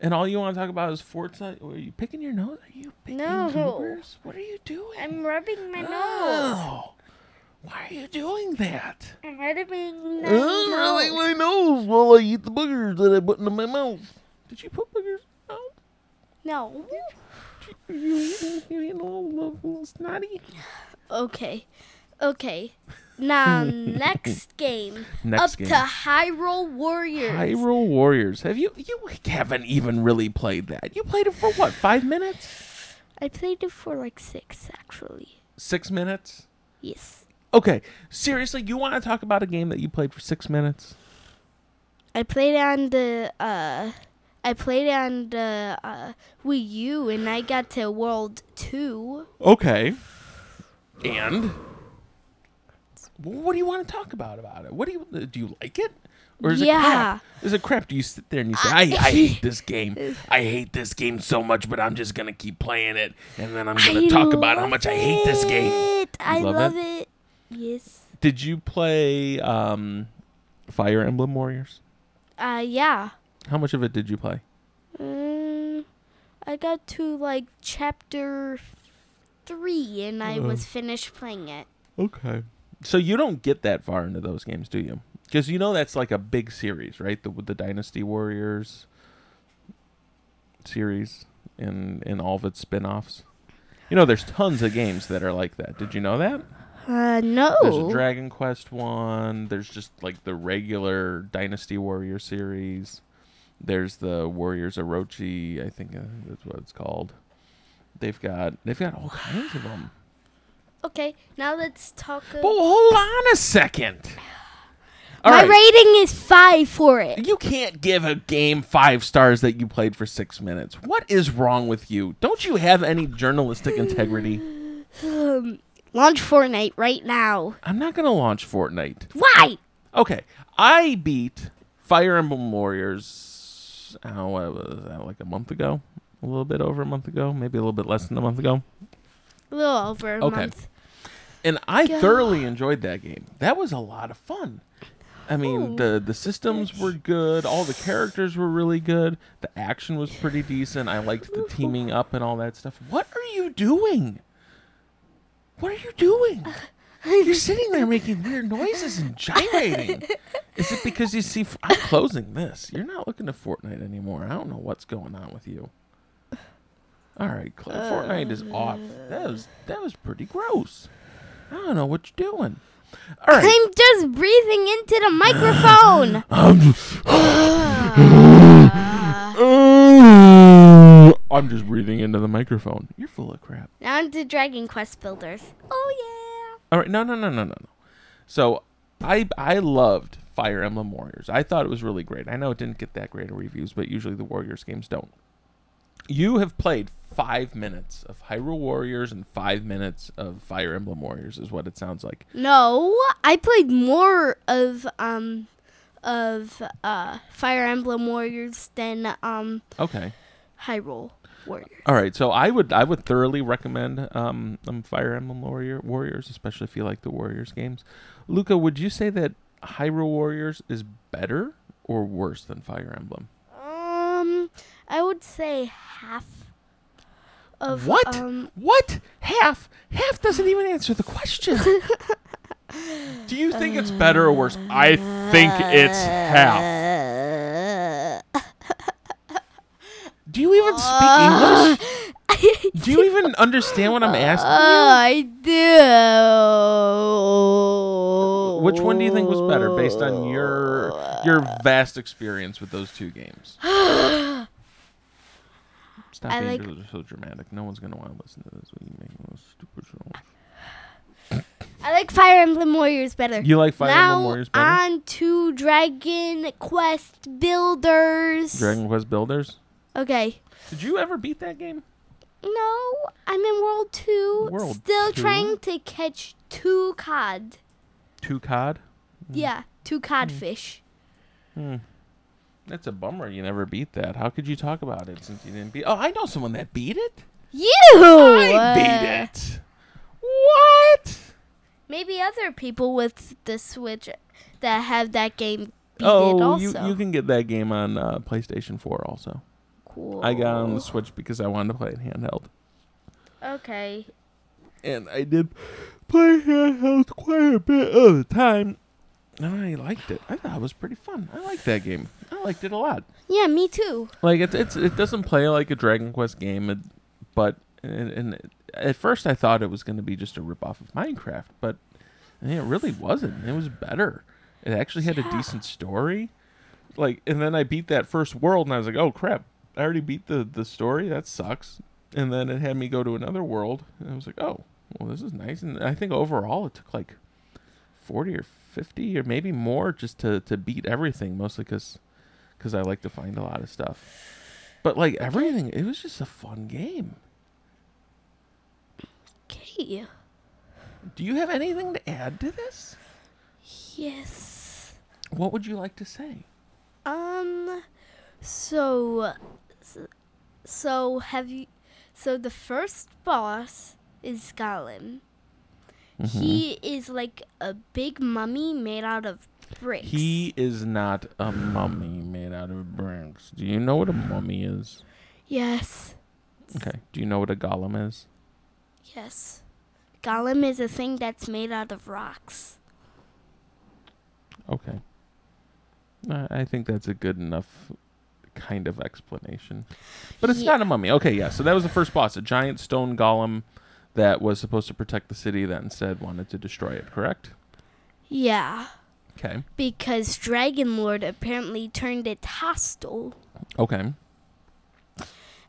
Speaker 2: And all you want to talk about is Fortnite. Are you picking your nose? Are you picking
Speaker 1: No.
Speaker 2: yours? What are you doing?
Speaker 1: I'm rubbing my nose.
Speaker 2: Oh, why are you doing that?
Speaker 1: I'm rubbing my
Speaker 2: I'm rubbing my nose while I eat the boogers that I put into my mouth. Did you put boogers out?
Speaker 1: No.
Speaker 2: You you little, little, little snotty.
Speaker 1: Okay. Okay. Now, next game.
Speaker 2: Next
Speaker 1: Up
Speaker 2: game.
Speaker 1: to Hyrule Warriors.
Speaker 2: Hyrule Warriors. Have you? You haven't even really played that. You played it for what? Five minutes?
Speaker 1: I played it for like six, actually.
Speaker 2: Six minutes?
Speaker 1: Yes.
Speaker 2: Okay. Seriously, you want to talk about a game that you played for six minutes?
Speaker 1: I played it on the uh, I played it on the uh, Wii U, and I got to World Two.
Speaker 2: Okay. And Well, what do you want to talk about about it? What do you do? You like it, or is it crap? Is it crap? Do you sit there and you say, "I, I hate this game. I hate this game so much, but I'm just gonna keep playing it, and then I'm gonna
Speaker 1: I
Speaker 2: talk about how
Speaker 1: love
Speaker 2: much I hate this game."
Speaker 1: it. I
Speaker 2: love
Speaker 1: love,
Speaker 2: it?
Speaker 1: it. Yes.
Speaker 2: Did you play um, Fire Emblem Warriors?
Speaker 1: Uh, yeah.
Speaker 2: How much of it did you play?
Speaker 1: Um, I got to like chapter three, and I was
Speaker 2: Mm-hmm.
Speaker 1: finished playing it.
Speaker 2: Okay. So you don't get that far into those games, do you? Because you know that's like a big series, right? The with the Dynasty Warriors series and and all of its spin-offs. You know, there's tons of games that are like that. Did you know that?
Speaker 1: Uh, no.
Speaker 2: There's a Dragon Quest one. There's just like the regular Dynasty Warrior series. There's the Warriors Orochi. I think uh, that's what it's called. They've got they've got all kinds of them.
Speaker 1: Okay, now let's talk. a-
Speaker 2: Well, hold on a second. All
Speaker 1: My
Speaker 2: right.
Speaker 1: rating is five for it.
Speaker 2: you can't give a game five stars that you played for six minutes. What is wrong with you? Don't you have any journalistic integrity?
Speaker 1: Um, launch Fortnite right now.
Speaker 2: I'm not going to launch Fortnite.
Speaker 1: Why?
Speaker 2: Okay, I beat Fire Emblem Warriors. I don't know what was that, like a month ago, a little bit over a month ago, maybe a little bit less than a month ago,
Speaker 1: A little over a
Speaker 2: Okay.
Speaker 1: month.
Speaker 2: and I
Speaker 1: God.
Speaker 2: thoroughly enjoyed that game. That was a lot of fun. I mean,
Speaker 1: Ooh.
Speaker 2: the the systems were good, all the characters were really good, the action was pretty decent. I liked the teaming up and all that stuff. What are you doing? What are you doing? You're sitting there making weird noises and gyrating. Is it because you see? I'm closing this. You're not looking at Fortnite anymore. I don't know what's going on with you. All right, Cla- Fortnite is off. That was that was pretty gross. I don't know what you're doing. All right,
Speaker 1: I'm just breathing into the microphone.
Speaker 2: I'm just,
Speaker 1: Uh,
Speaker 2: I'm just breathing into the microphone. You're full of crap.
Speaker 1: now into Dragon Quest Builders. Oh
Speaker 2: All right, no, no, no, no, no, no. So I I loved Fire Emblem Warriors. I thought it was really great. I know it didn't get that great of reviews, but usually the Warriors games don't. You have played five minutes of Hyrule Warriors and five minutes of Fire Emblem Warriors, is what it sounds like.
Speaker 1: yeah. No, I played more of um of uh Fire Emblem Warriors than um
Speaker 2: Okay.
Speaker 1: Hyrule Warriors.
Speaker 2: All right. So I would I would thoroughly recommend um, um Fire Emblem Warrior Warriors, especially if you like the Warriors games. Luca, would you say that Hyrule Warriors is better or worse than Fire Emblem?
Speaker 1: Um, I would say half of
Speaker 2: What?
Speaker 1: Um,
Speaker 2: What? Half? Half doesn't even answer the question. Do you think it's better or worse? I think it's half.
Speaker 1: uh,
Speaker 2: Do you even speak English? Do you even understand what I'm asking
Speaker 1: Uh, I do.
Speaker 2: you? Which one do you think was better based on your your vast experience with those two games? Stop
Speaker 1: I
Speaker 2: being
Speaker 1: like-
Speaker 2: dr- so dramatic. No one's gonna want to listen to this when you make those stupid shows.
Speaker 1: I like Fire Emblem Warriors better.
Speaker 2: You like Fire
Speaker 1: now
Speaker 2: Emblem Warriors better?
Speaker 1: on to Dragon Quest Builders.
Speaker 2: Dragon Quest Builders?
Speaker 1: Okay.
Speaker 2: Did you ever beat that game?
Speaker 1: No, I'm in World Two.
Speaker 2: World
Speaker 1: still
Speaker 2: Two?
Speaker 1: trying to catch two cod.
Speaker 2: Two COD?
Speaker 1: Yeah, two codfish.
Speaker 2: That's a bummer. You never beat that. How could you talk about it since you didn't beat? Oh, I know someone that beat it.
Speaker 1: You.
Speaker 2: Hmm. I beat
Speaker 1: uh,
Speaker 2: it. What?
Speaker 1: Maybe other people with the Switch that have that game beat it
Speaker 2: oh,
Speaker 1: also.
Speaker 2: you you can get that game on uh, PlayStation Four also.
Speaker 1: cool.
Speaker 2: I got it
Speaker 1: Oh.
Speaker 2: on the Switch because I wanted to play it handheld.
Speaker 1: Okay.
Speaker 2: and I did play handheld quite a bit of the time, and I liked it. I thought it was pretty fun. I liked that game. I liked it a lot.
Speaker 1: Yeah, me too.
Speaker 2: Like it's, it's it doesn't play like a Dragon Quest game, it- but and, and at first I thought it was going to be just a ripoff of Minecraft, but it really wasn't. It was better. It actually had a
Speaker 1: Yeah.
Speaker 2: decent story. Like, and then I beat that first world, and I was like, "Oh crap! I already beat the the story. That sucks." And then it had me go to another world, and I was like, "Oh, well, this is nice." And I think overall, it took like forty or fifty or maybe more just to to beat everything, mostly because because I like to find a lot of stuff. But like everything, it was just a fun game.
Speaker 1: Okay.
Speaker 2: Do you have anything to add to this?
Speaker 1: Yes.
Speaker 2: What would you like to say?
Speaker 1: Um. So. So have you? So the first boss is Gollum. He is like a big mummy made out of bricks.
Speaker 2: He is not a mummy made out of bricks. Do you know what a mummy is?
Speaker 1: Yes.
Speaker 2: Okay. Do you know what a golem is?
Speaker 1: Yes. Gollum is a thing that's made out of rocks.
Speaker 2: Okay. I I think that's a good enough kind of explanation. But it's
Speaker 1: Yeah.
Speaker 2: not a mummy. Okay, yeah. So that was the first boss, a giant stone golem that was supposed to protect the city that instead wanted to destroy it, correct?
Speaker 1: Yeah.
Speaker 2: Okay.
Speaker 1: Because Dragon Lord apparently turned it hostile.
Speaker 2: Okay.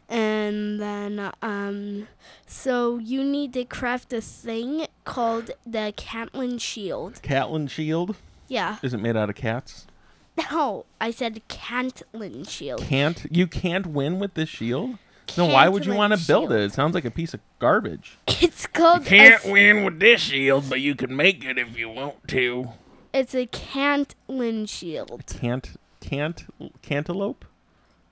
Speaker 1: And then, um, so you need to craft a thing called the Catlin Shield.
Speaker 2: Catlin shield
Speaker 1: Yeah.
Speaker 2: is it made out of cats?
Speaker 1: No, I said Cantlin Shield.
Speaker 2: Can't you can't win with this shield? No, why would you
Speaker 1: Cantlin
Speaker 2: want to build it?
Speaker 1: shield.
Speaker 2: It sounds like a piece of garbage.
Speaker 1: It's called. a
Speaker 2: Can't
Speaker 1: s-
Speaker 2: win with this shield, but you can make it if you want to.
Speaker 1: it's a Cantlin Shield.
Speaker 2: Can't can't cantaloupe?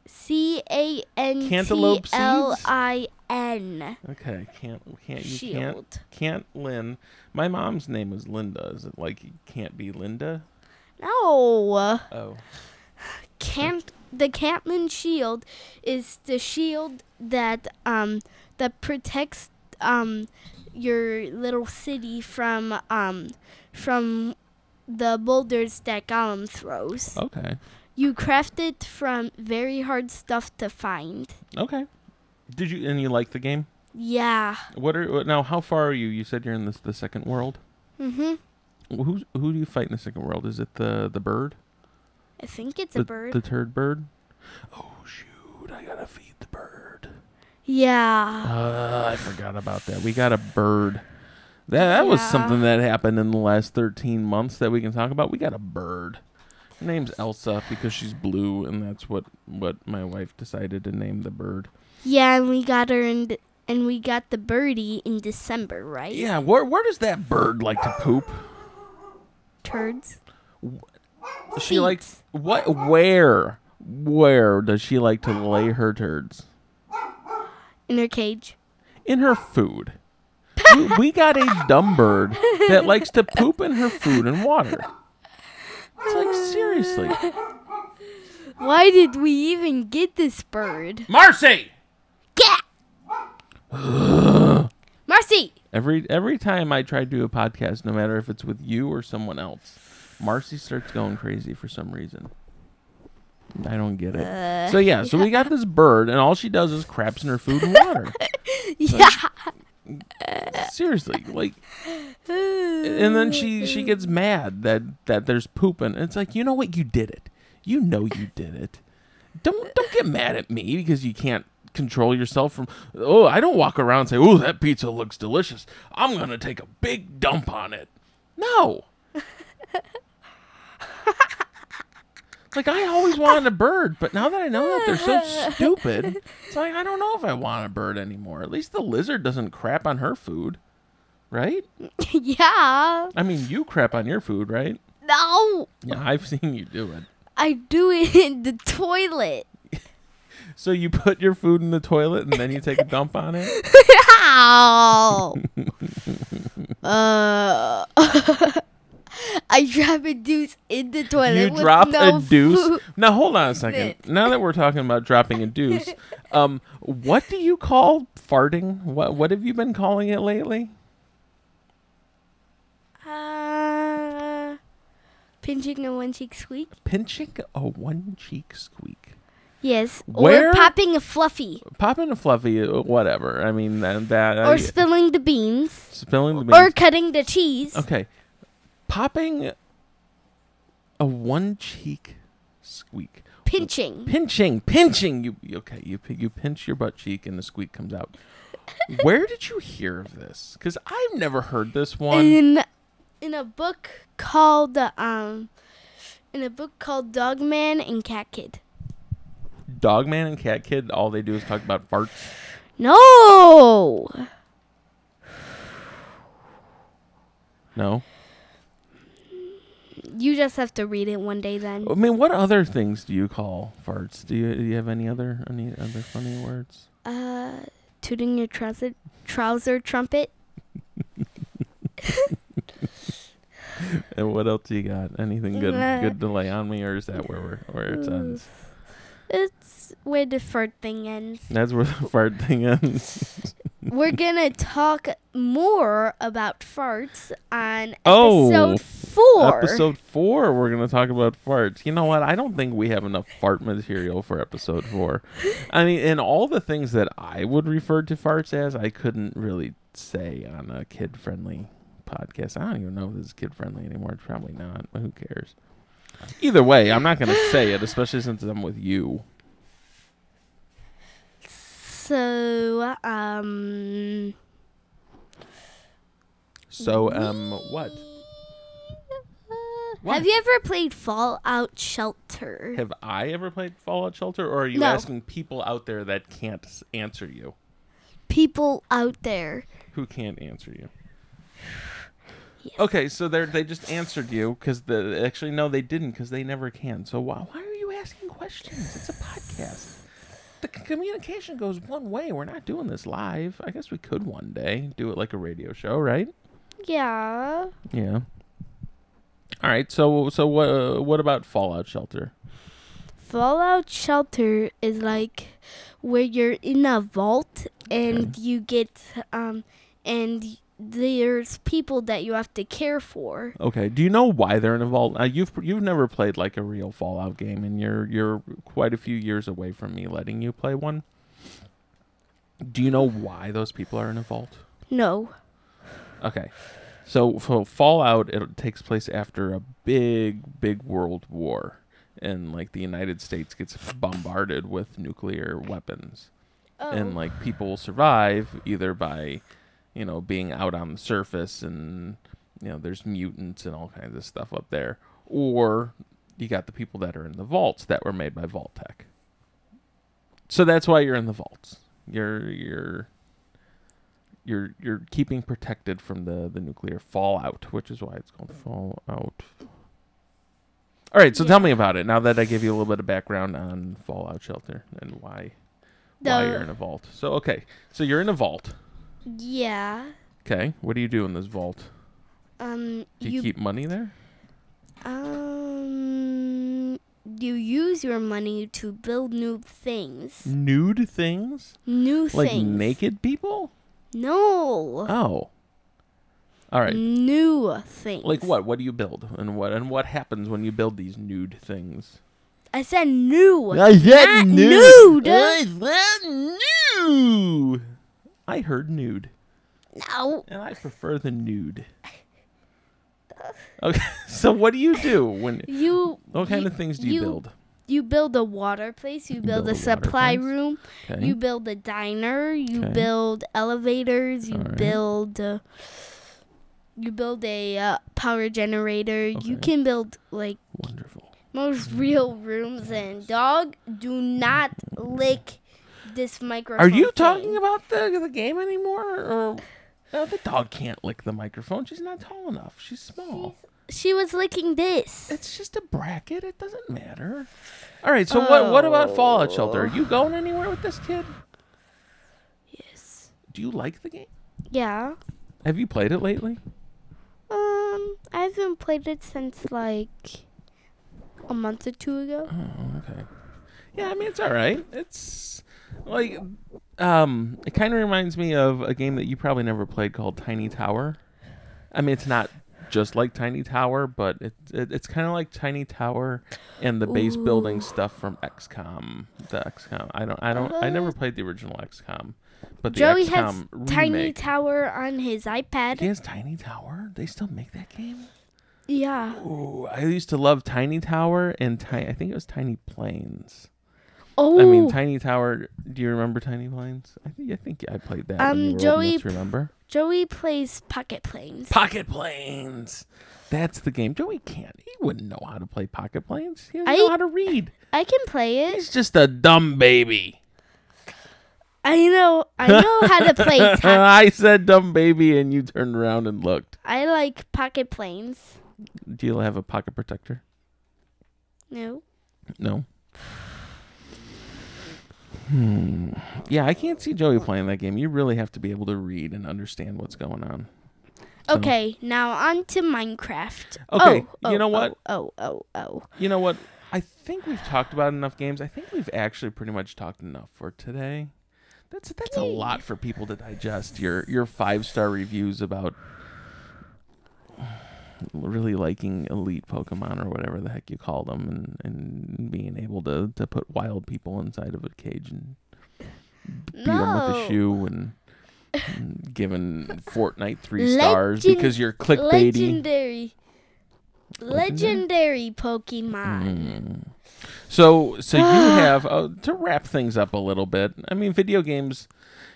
Speaker 1: C A N T
Speaker 2: Cantaloupe seeds?
Speaker 1: L I N
Speaker 2: Okay, can't can't you
Speaker 1: Shield.
Speaker 2: can't can't Lynn. My mom's name was Linda. Is it like you can't be Linda?
Speaker 1: No.
Speaker 2: Oh.
Speaker 1: Cant the Cantlin shield is the shield that um that protects um your little city from um from the boulders that Gollum throws.
Speaker 2: Okay.
Speaker 1: You craft it from very hard stuff to find.
Speaker 2: Okay. Did you and you like the game?
Speaker 1: Yeah.
Speaker 2: What are what- now? How far are you? You said you're in this the second world.
Speaker 1: Mhm.
Speaker 2: Who's who do you fight in the second world? Is it the the bird?
Speaker 1: I think it's
Speaker 2: the,
Speaker 1: a bird.
Speaker 2: The turd bird. Oh shoot! I gotta feed the bird.
Speaker 1: yeah.
Speaker 2: Uh, I forgot about that. We got a bird. That that was
Speaker 1: Yeah.
Speaker 2: something that happened in the last 13 months that we can talk about. We got a bird. Her name's Elsa because she's blue, and that's what what my wife decided to name the bird.
Speaker 1: Yeah, and we got her in d and we got the birdie in December, right?
Speaker 2: Yeah, where where does that bird like to poop?
Speaker 1: Turds.
Speaker 2: She likes what? Where? Where does she like to lay her turds?
Speaker 1: In her cage.
Speaker 2: in her food. we, we got a dumb bird that likes to poop in her food and water. It's like seriously,
Speaker 1: Why did we even get this bird?
Speaker 2: Marcy.
Speaker 1: Get! Marcy!
Speaker 2: Every every time I try to do a podcast, no matter if it's with you or someone else, Marcy starts going crazy for some reason. I don't get it. so yeah, so we got this bird, and all she does is craps in her food and water.
Speaker 1: Yeah.
Speaker 2: Seriously, like and then she she gets mad that that there's poop and it's like you know what you did it you know you did it don't don't get mad at me because you can't control yourself from oh i don't walk around and say oh that pizza looks delicious i'm gonna take a big dump on it no like i always wanted a bird but now that i know that they're so stupid it's like i don't know if i want a bird anymore at least the lizard doesn't crap on her food right
Speaker 1: yeah.
Speaker 2: I mean, you crap on your food, right?
Speaker 1: No.
Speaker 2: Yeah, I've seen you do it.
Speaker 1: I do it in the toilet.
Speaker 2: So you put your food in the toilet and then you take a dump on it?
Speaker 1: Ow. uh. I I drop a deuce in the toilet.
Speaker 2: You
Speaker 1: with
Speaker 2: dropped
Speaker 1: no
Speaker 2: a deuce.
Speaker 1: food.
Speaker 2: Now hold on a second. Now that we're talking about dropping a deuce, um, what do you call farting? What what have you been calling it lately?
Speaker 1: Uh, pinching a one cheek squeak.
Speaker 2: Pinching a one cheek squeak,
Speaker 1: Yes.
Speaker 2: Where?
Speaker 1: Or popping a fluffy.
Speaker 2: popping a fluffy, uh, whatever. I mean that, that I-
Speaker 1: Or spilling the beans.
Speaker 2: spilling the
Speaker 1: Or
Speaker 2: beans.
Speaker 1: cutting the cheese.
Speaker 2: okay, popping a one cheek squeak.
Speaker 1: Pinching.
Speaker 2: Pinching, pinching. You you- okay? You pi- you pinch your butt cheek and the squeak comes out. Where did you hear of this? Because I've never heard this one.
Speaker 1: In in a book called um in a book called Dog Man and Cat Kid.
Speaker 2: Dogman and Cat Kid, all they do is talk about farts.
Speaker 1: No.
Speaker 2: No,
Speaker 1: You just have to read it one day then.
Speaker 2: I mean, what other things do you call farts? Do you do you have any other any other funny words?
Speaker 1: Uh tooting your trouser trouser trumpet.
Speaker 2: And what else do you got? Anything good
Speaker 1: Uh,
Speaker 2: good to lay on me, or is that where we're where it ends?
Speaker 1: It's where the fart thing ends.
Speaker 2: That's where the fart thing ends.
Speaker 1: We're gonna talk more about farts on
Speaker 2: Oh,
Speaker 1: episode four.
Speaker 2: Episode four, we're gonna talk about farts. You know what? I don't think we have enough fart material for episode four. I mean, and all the things that I would refer to farts as, I couldn't really say on a kid-friendly podcast. I don't even know if this is kid-friendly anymore. It's probably not. But who cares? Either way, I'm not gonna say it, especially since I'm with you.
Speaker 1: So, um,
Speaker 2: So, um, what What?
Speaker 1: have you ever played Fallout Shelter?
Speaker 2: have I ever played Fallout Shelter, or are you
Speaker 1: No.
Speaker 2: asking people out there that can't s- answer you?
Speaker 1: People out there.
Speaker 2: who can't answer you. Okay, so they they just answered you because the actually no they didn't because they never can. So why why are you asking questions? It's a podcast. The c- communication goes one way. We're not doing this live. I guess we could one day do it like a radio show, right?
Speaker 1: Yeah.
Speaker 2: Yeah. All right. So so what uh, what about Fallout Shelter?
Speaker 1: Fallout Shelter is like where you're in a vault and you get, um, and y- there's people that you have to care for.
Speaker 2: Okay. Do you know why they're in a vault? Uh, you've you've never played like a real Fallout game, and you're you're quite a few years away from me letting you play one. Do you know why those people are in a vault?
Speaker 1: No.
Speaker 2: Okay. So, so Fallout it takes place after a big big world war, and like the United States gets bombarded with nuclear weapons
Speaker 1: Oh.
Speaker 2: and like people survive either by you know being out on the surface and you know there's mutants and all kinds of stuff up there or you got the people that are in the vaults that were made by vault tech so that's why you're in the vaults you're you're you're you're keeping protected from the the nuclear fallout which is why it's called fallout all right so tell me about it now that i gave you a little bit of background on fallout shelter and why why
Speaker 1: Oh. The-
Speaker 2: you're in a vault. So okay, so you're in a vault.
Speaker 1: yeah.
Speaker 2: Okay, what do you do in this vault?
Speaker 1: Um,
Speaker 2: Do you,
Speaker 1: you
Speaker 2: keep money there?
Speaker 1: Um, you use your money to build new things.
Speaker 2: Nude things,
Speaker 1: New
Speaker 2: like
Speaker 1: things.
Speaker 2: naked people.
Speaker 1: No.
Speaker 2: Oh, all right.
Speaker 1: New things.
Speaker 2: Like what? What do you build, and what and what happens when you build these nude things?
Speaker 1: I said new.
Speaker 2: that
Speaker 1: Not nude. nude.
Speaker 2: that nude? I heard nude,
Speaker 1: No.
Speaker 2: and I prefer the nude. Okay, so what do you do when?
Speaker 1: You.
Speaker 2: What kind
Speaker 1: you,
Speaker 2: of things do you, build?
Speaker 1: You build a water place. You build,
Speaker 2: build a
Speaker 1: a
Speaker 2: water
Speaker 1: supply
Speaker 2: place.
Speaker 1: room.
Speaker 2: Okay.
Speaker 1: You build a diner. You
Speaker 2: Okay.
Speaker 1: build elevators. You
Speaker 2: Alright.
Speaker 1: build. Uh, you build a uh, power generator. You
Speaker 2: Okay. Hmm.
Speaker 1: can build like
Speaker 2: Wonderful.
Speaker 1: most real rooms and dog do not lick this microphone.
Speaker 2: Are you talking
Speaker 1: thing.
Speaker 2: about the the game anymore? Or no, the dog can't lick the microphone. She's not tall enough. She's small.
Speaker 1: She was licking this.
Speaker 2: It's just a bracket. It doesn't matter. All right. So what what about Fallout Shelter? Are you going anywhere with this kid?
Speaker 1: Yes.
Speaker 2: Do you like the game?
Speaker 1: Yeah.
Speaker 2: Have you played it lately?
Speaker 1: Um I haven't played it since like a month or two ago.
Speaker 2: Oh, okay. Yeah, I mean it's all right. It's like um it kind of reminds me of a game that you probably never played called Tiny Tower. I mean it's not just like Tiny Tower, but it, it it's kind of like Tiny Tower and the base building
Speaker 1: Ooh.
Speaker 2: stuff from XCOM. The XCOM. I don't I don't I never
Speaker 1: Uh,
Speaker 2: played the original XCOM, but the
Speaker 1: Joey has
Speaker 2: XCOM
Speaker 1: Tiny
Speaker 2: remake.
Speaker 1: Tower on his iPad.
Speaker 2: he has Tiny Tower. They still make that game.
Speaker 1: Yeah.
Speaker 2: Ooh, I used to love Tiny Tower and Tiny. I think it was Tiny Planes.
Speaker 1: Oh.
Speaker 2: I mean, Tiny Tower. Do you remember Tiny Planes? I think I think I played that. when
Speaker 1: Um,
Speaker 2: you were old
Speaker 1: Joey
Speaker 2: enough to
Speaker 1: p-
Speaker 2: remember
Speaker 1: Joey plays Pocket Planes.
Speaker 2: Pocket Planes? That's the game. Joey can't. He wouldn't know how to play Pocket Planes. He doesn't know
Speaker 1: I-
Speaker 2: how to read.
Speaker 1: I can play it.
Speaker 2: He's just a dumb baby.
Speaker 1: I know. I know how to play. Ta-
Speaker 2: I said dumb baby, and you turned around and looked.
Speaker 1: I like Pocket Planes.
Speaker 2: Do you have a pocket protector?
Speaker 1: No.
Speaker 2: No. Hmm. Yeah, I can't see Joey playing that game. You really have to be able to read and understand what's going on. So-
Speaker 1: Okay. Now on to Minecraft.
Speaker 2: Okay,
Speaker 1: Oh,
Speaker 2: you
Speaker 1: oh,
Speaker 2: know what?
Speaker 1: Oh. Oh. Oh.
Speaker 2: You know what? I think we've talked about enough games. I think we've actually pretty much talked enough for today. That's that's a
Speaker 1: Yay.
Speaker 2: lot for people to digest. Your your five star reviews about really liking elite Pokemon or whatever the heck you call them, and, and being able to, to put wild people inside of a cage and
Speaker 1: oh.
Speaker 2: beat 'em with a
Speaker 1: No.
Speaker 2: shoe and, and given Fortnite three stars because you're clickbaity.
Speaker 1: Legendary. Legendary Pokemon.
Speaker 2: Mm. So, so you have uh, to wrap things up a little bit. I mean, video games.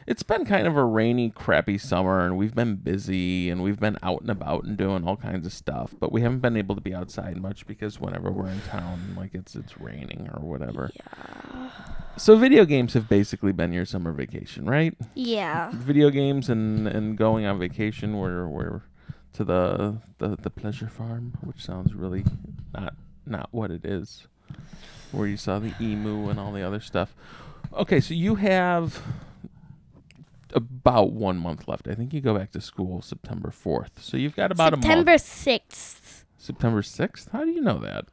Speaker 2: It's been kind of a rainy, crappy summer, and we've been busy, and we've been out and about and doing all kinds of stuff. But we haven't been able to be outside much because whenever we're in town, like it's it's raining or whatever. So, video games have basically been your summer vacation, right?
Speaker 1: Yeah.
Speaker 2: Video games and and going on vacation. We're we're to the the, the pleasure farm, which sounds really not not what it is. Where you saw the emu and all the other stuff. Okay, so you have about one month left. I think you go back to school September fourth. So you've got about a
Speaker 1: September
Speaker 2: month.
Speaker 1: 6th.
Speaker 2: September sixth? How do you know that?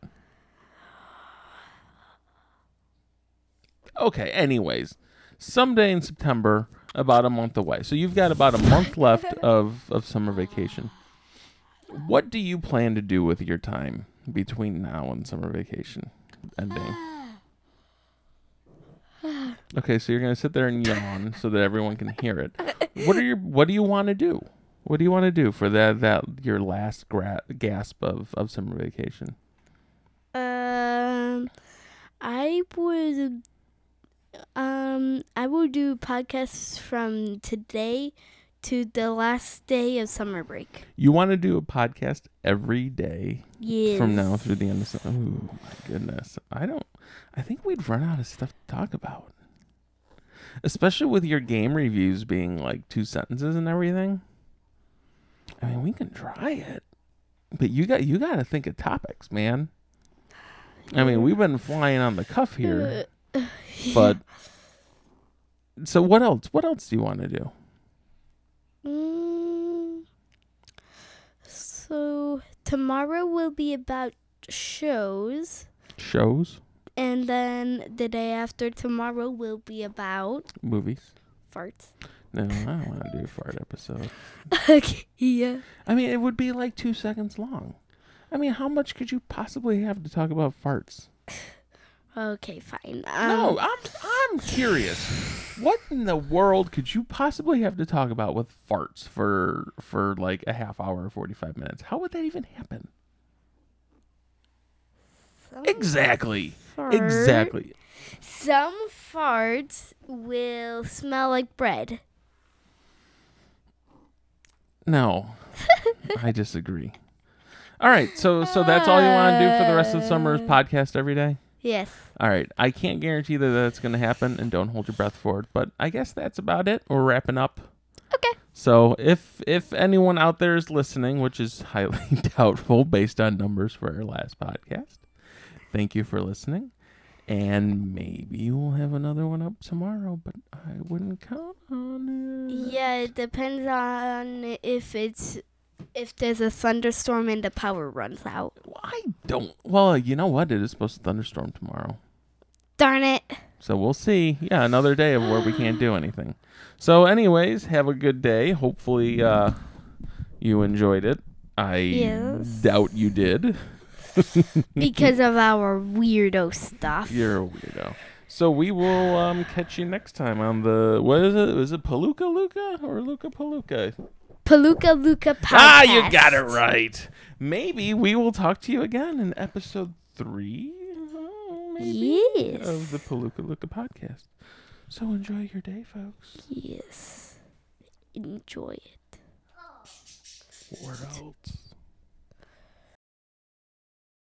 Speaker 2: Okay, anyways. Someday in September, about a month away. So you've got about a month left of, of summer vacation. What do you plan to do with your time between now and summer vacation ending?
Speaker 1: Ah.
Speaker 2: Okay, so you're gonna sit there and yawn so that everyone can hear it. What are your What do you want to do? What do you want to do for that that your last gra- gasp of of summer vacation?
Speaker 1: Um, I would. Um, I will do podcasts from today to the last day of summer break.
Speaker 2: You want to do a podcast every day
Speaker 1: Yes.
Speaker 2: from now through the end of summer. Oh my goodness, I don't. I think we'd run out of stuff to talk about, especially with your game reviews being like two sentences and everything. I mean, we can try it, but you got you got to think of topics, man. I mean, we've been flying on the cuff here,
Speaker 1: Uh.
Speaker 2: but so what else? What else do you want to do?
Speaker 1: Mm, so tomorrow will be about shows,
Speaker 2: Shows,
Speaker 1: and then the day after tomorrow will be about
Speaker 2: movies.
Speaker 1: farts.
Speaker 2: No, I don't want to do a fart episode.
Speaker 1: okay. Yeah.
Speaker 2: I mean, it would be like two seconds long. I mean, how much could you possibly have to talk about farts?
Speaker 1: Okay. Fine. Um,
Speaker 2: no, I'm I'm curious. What in the world could you possibly have to talk about with farts for for like a half hour or forty five minutes? How would that even happen?
Speaker 1: some
Speaker 2: Exactly.
Speaker 1: Oh. fart-
Speaker 2: Exactly.
Speaker 1: Some farts will smell like bread.
Speaker 2: No, I disagree. All right, so so that's all you want to do for the rest of summer
Speaker 1: Uh.
Speaker 2: is podcast every day.
Speaker 1: Yes.
Speaker 2: All right. I can't guarantee that that's going to happen, and don't hold your breath for it. But I guess that's about it. We're wrapping up.
Speaker 1: Okay.
Speaker 2: So if if anyone out there is listening, which is highly doubtful based on numbers for our last podcast, thank you for listening. And maybe we'll have another one up tomorrow, but I wouldn't count on it.
Speaker 1: Yeah, it depends on if it's if there's a thunderstorm and the power runs out.
Speaker 2: I don't. Well, you know what? It is supposed to thunderstorm tomorrow.
Speaker 1: Darn it.
Speaker 2: So we'll see. Yeah, another day of where we can't do anything. So, anyways, have a good day. Hopefully, uh, you enjoyed it. I
Speaker 1: Yes.
Speaker 2: doubt you did.
Speaker 1: Because of our weirdo stuff.
Speaker 2: You're a weirdo. So we will um, catch you next time on the what is it? Is it Palooka Luca or Luca Palooka?
Speaker 1: Palooka Luca podcast.
Speaker 2: Ah, you got it right. Maybe we will talk to you again in episode three, uh, maybe
Speaker 1: Yes.
Speaker 2: of the Palooka Luca podcast. So enjoy your day, folks.
Speaker 1: Yes. Enjoy it.
Speaker 2: Worlds.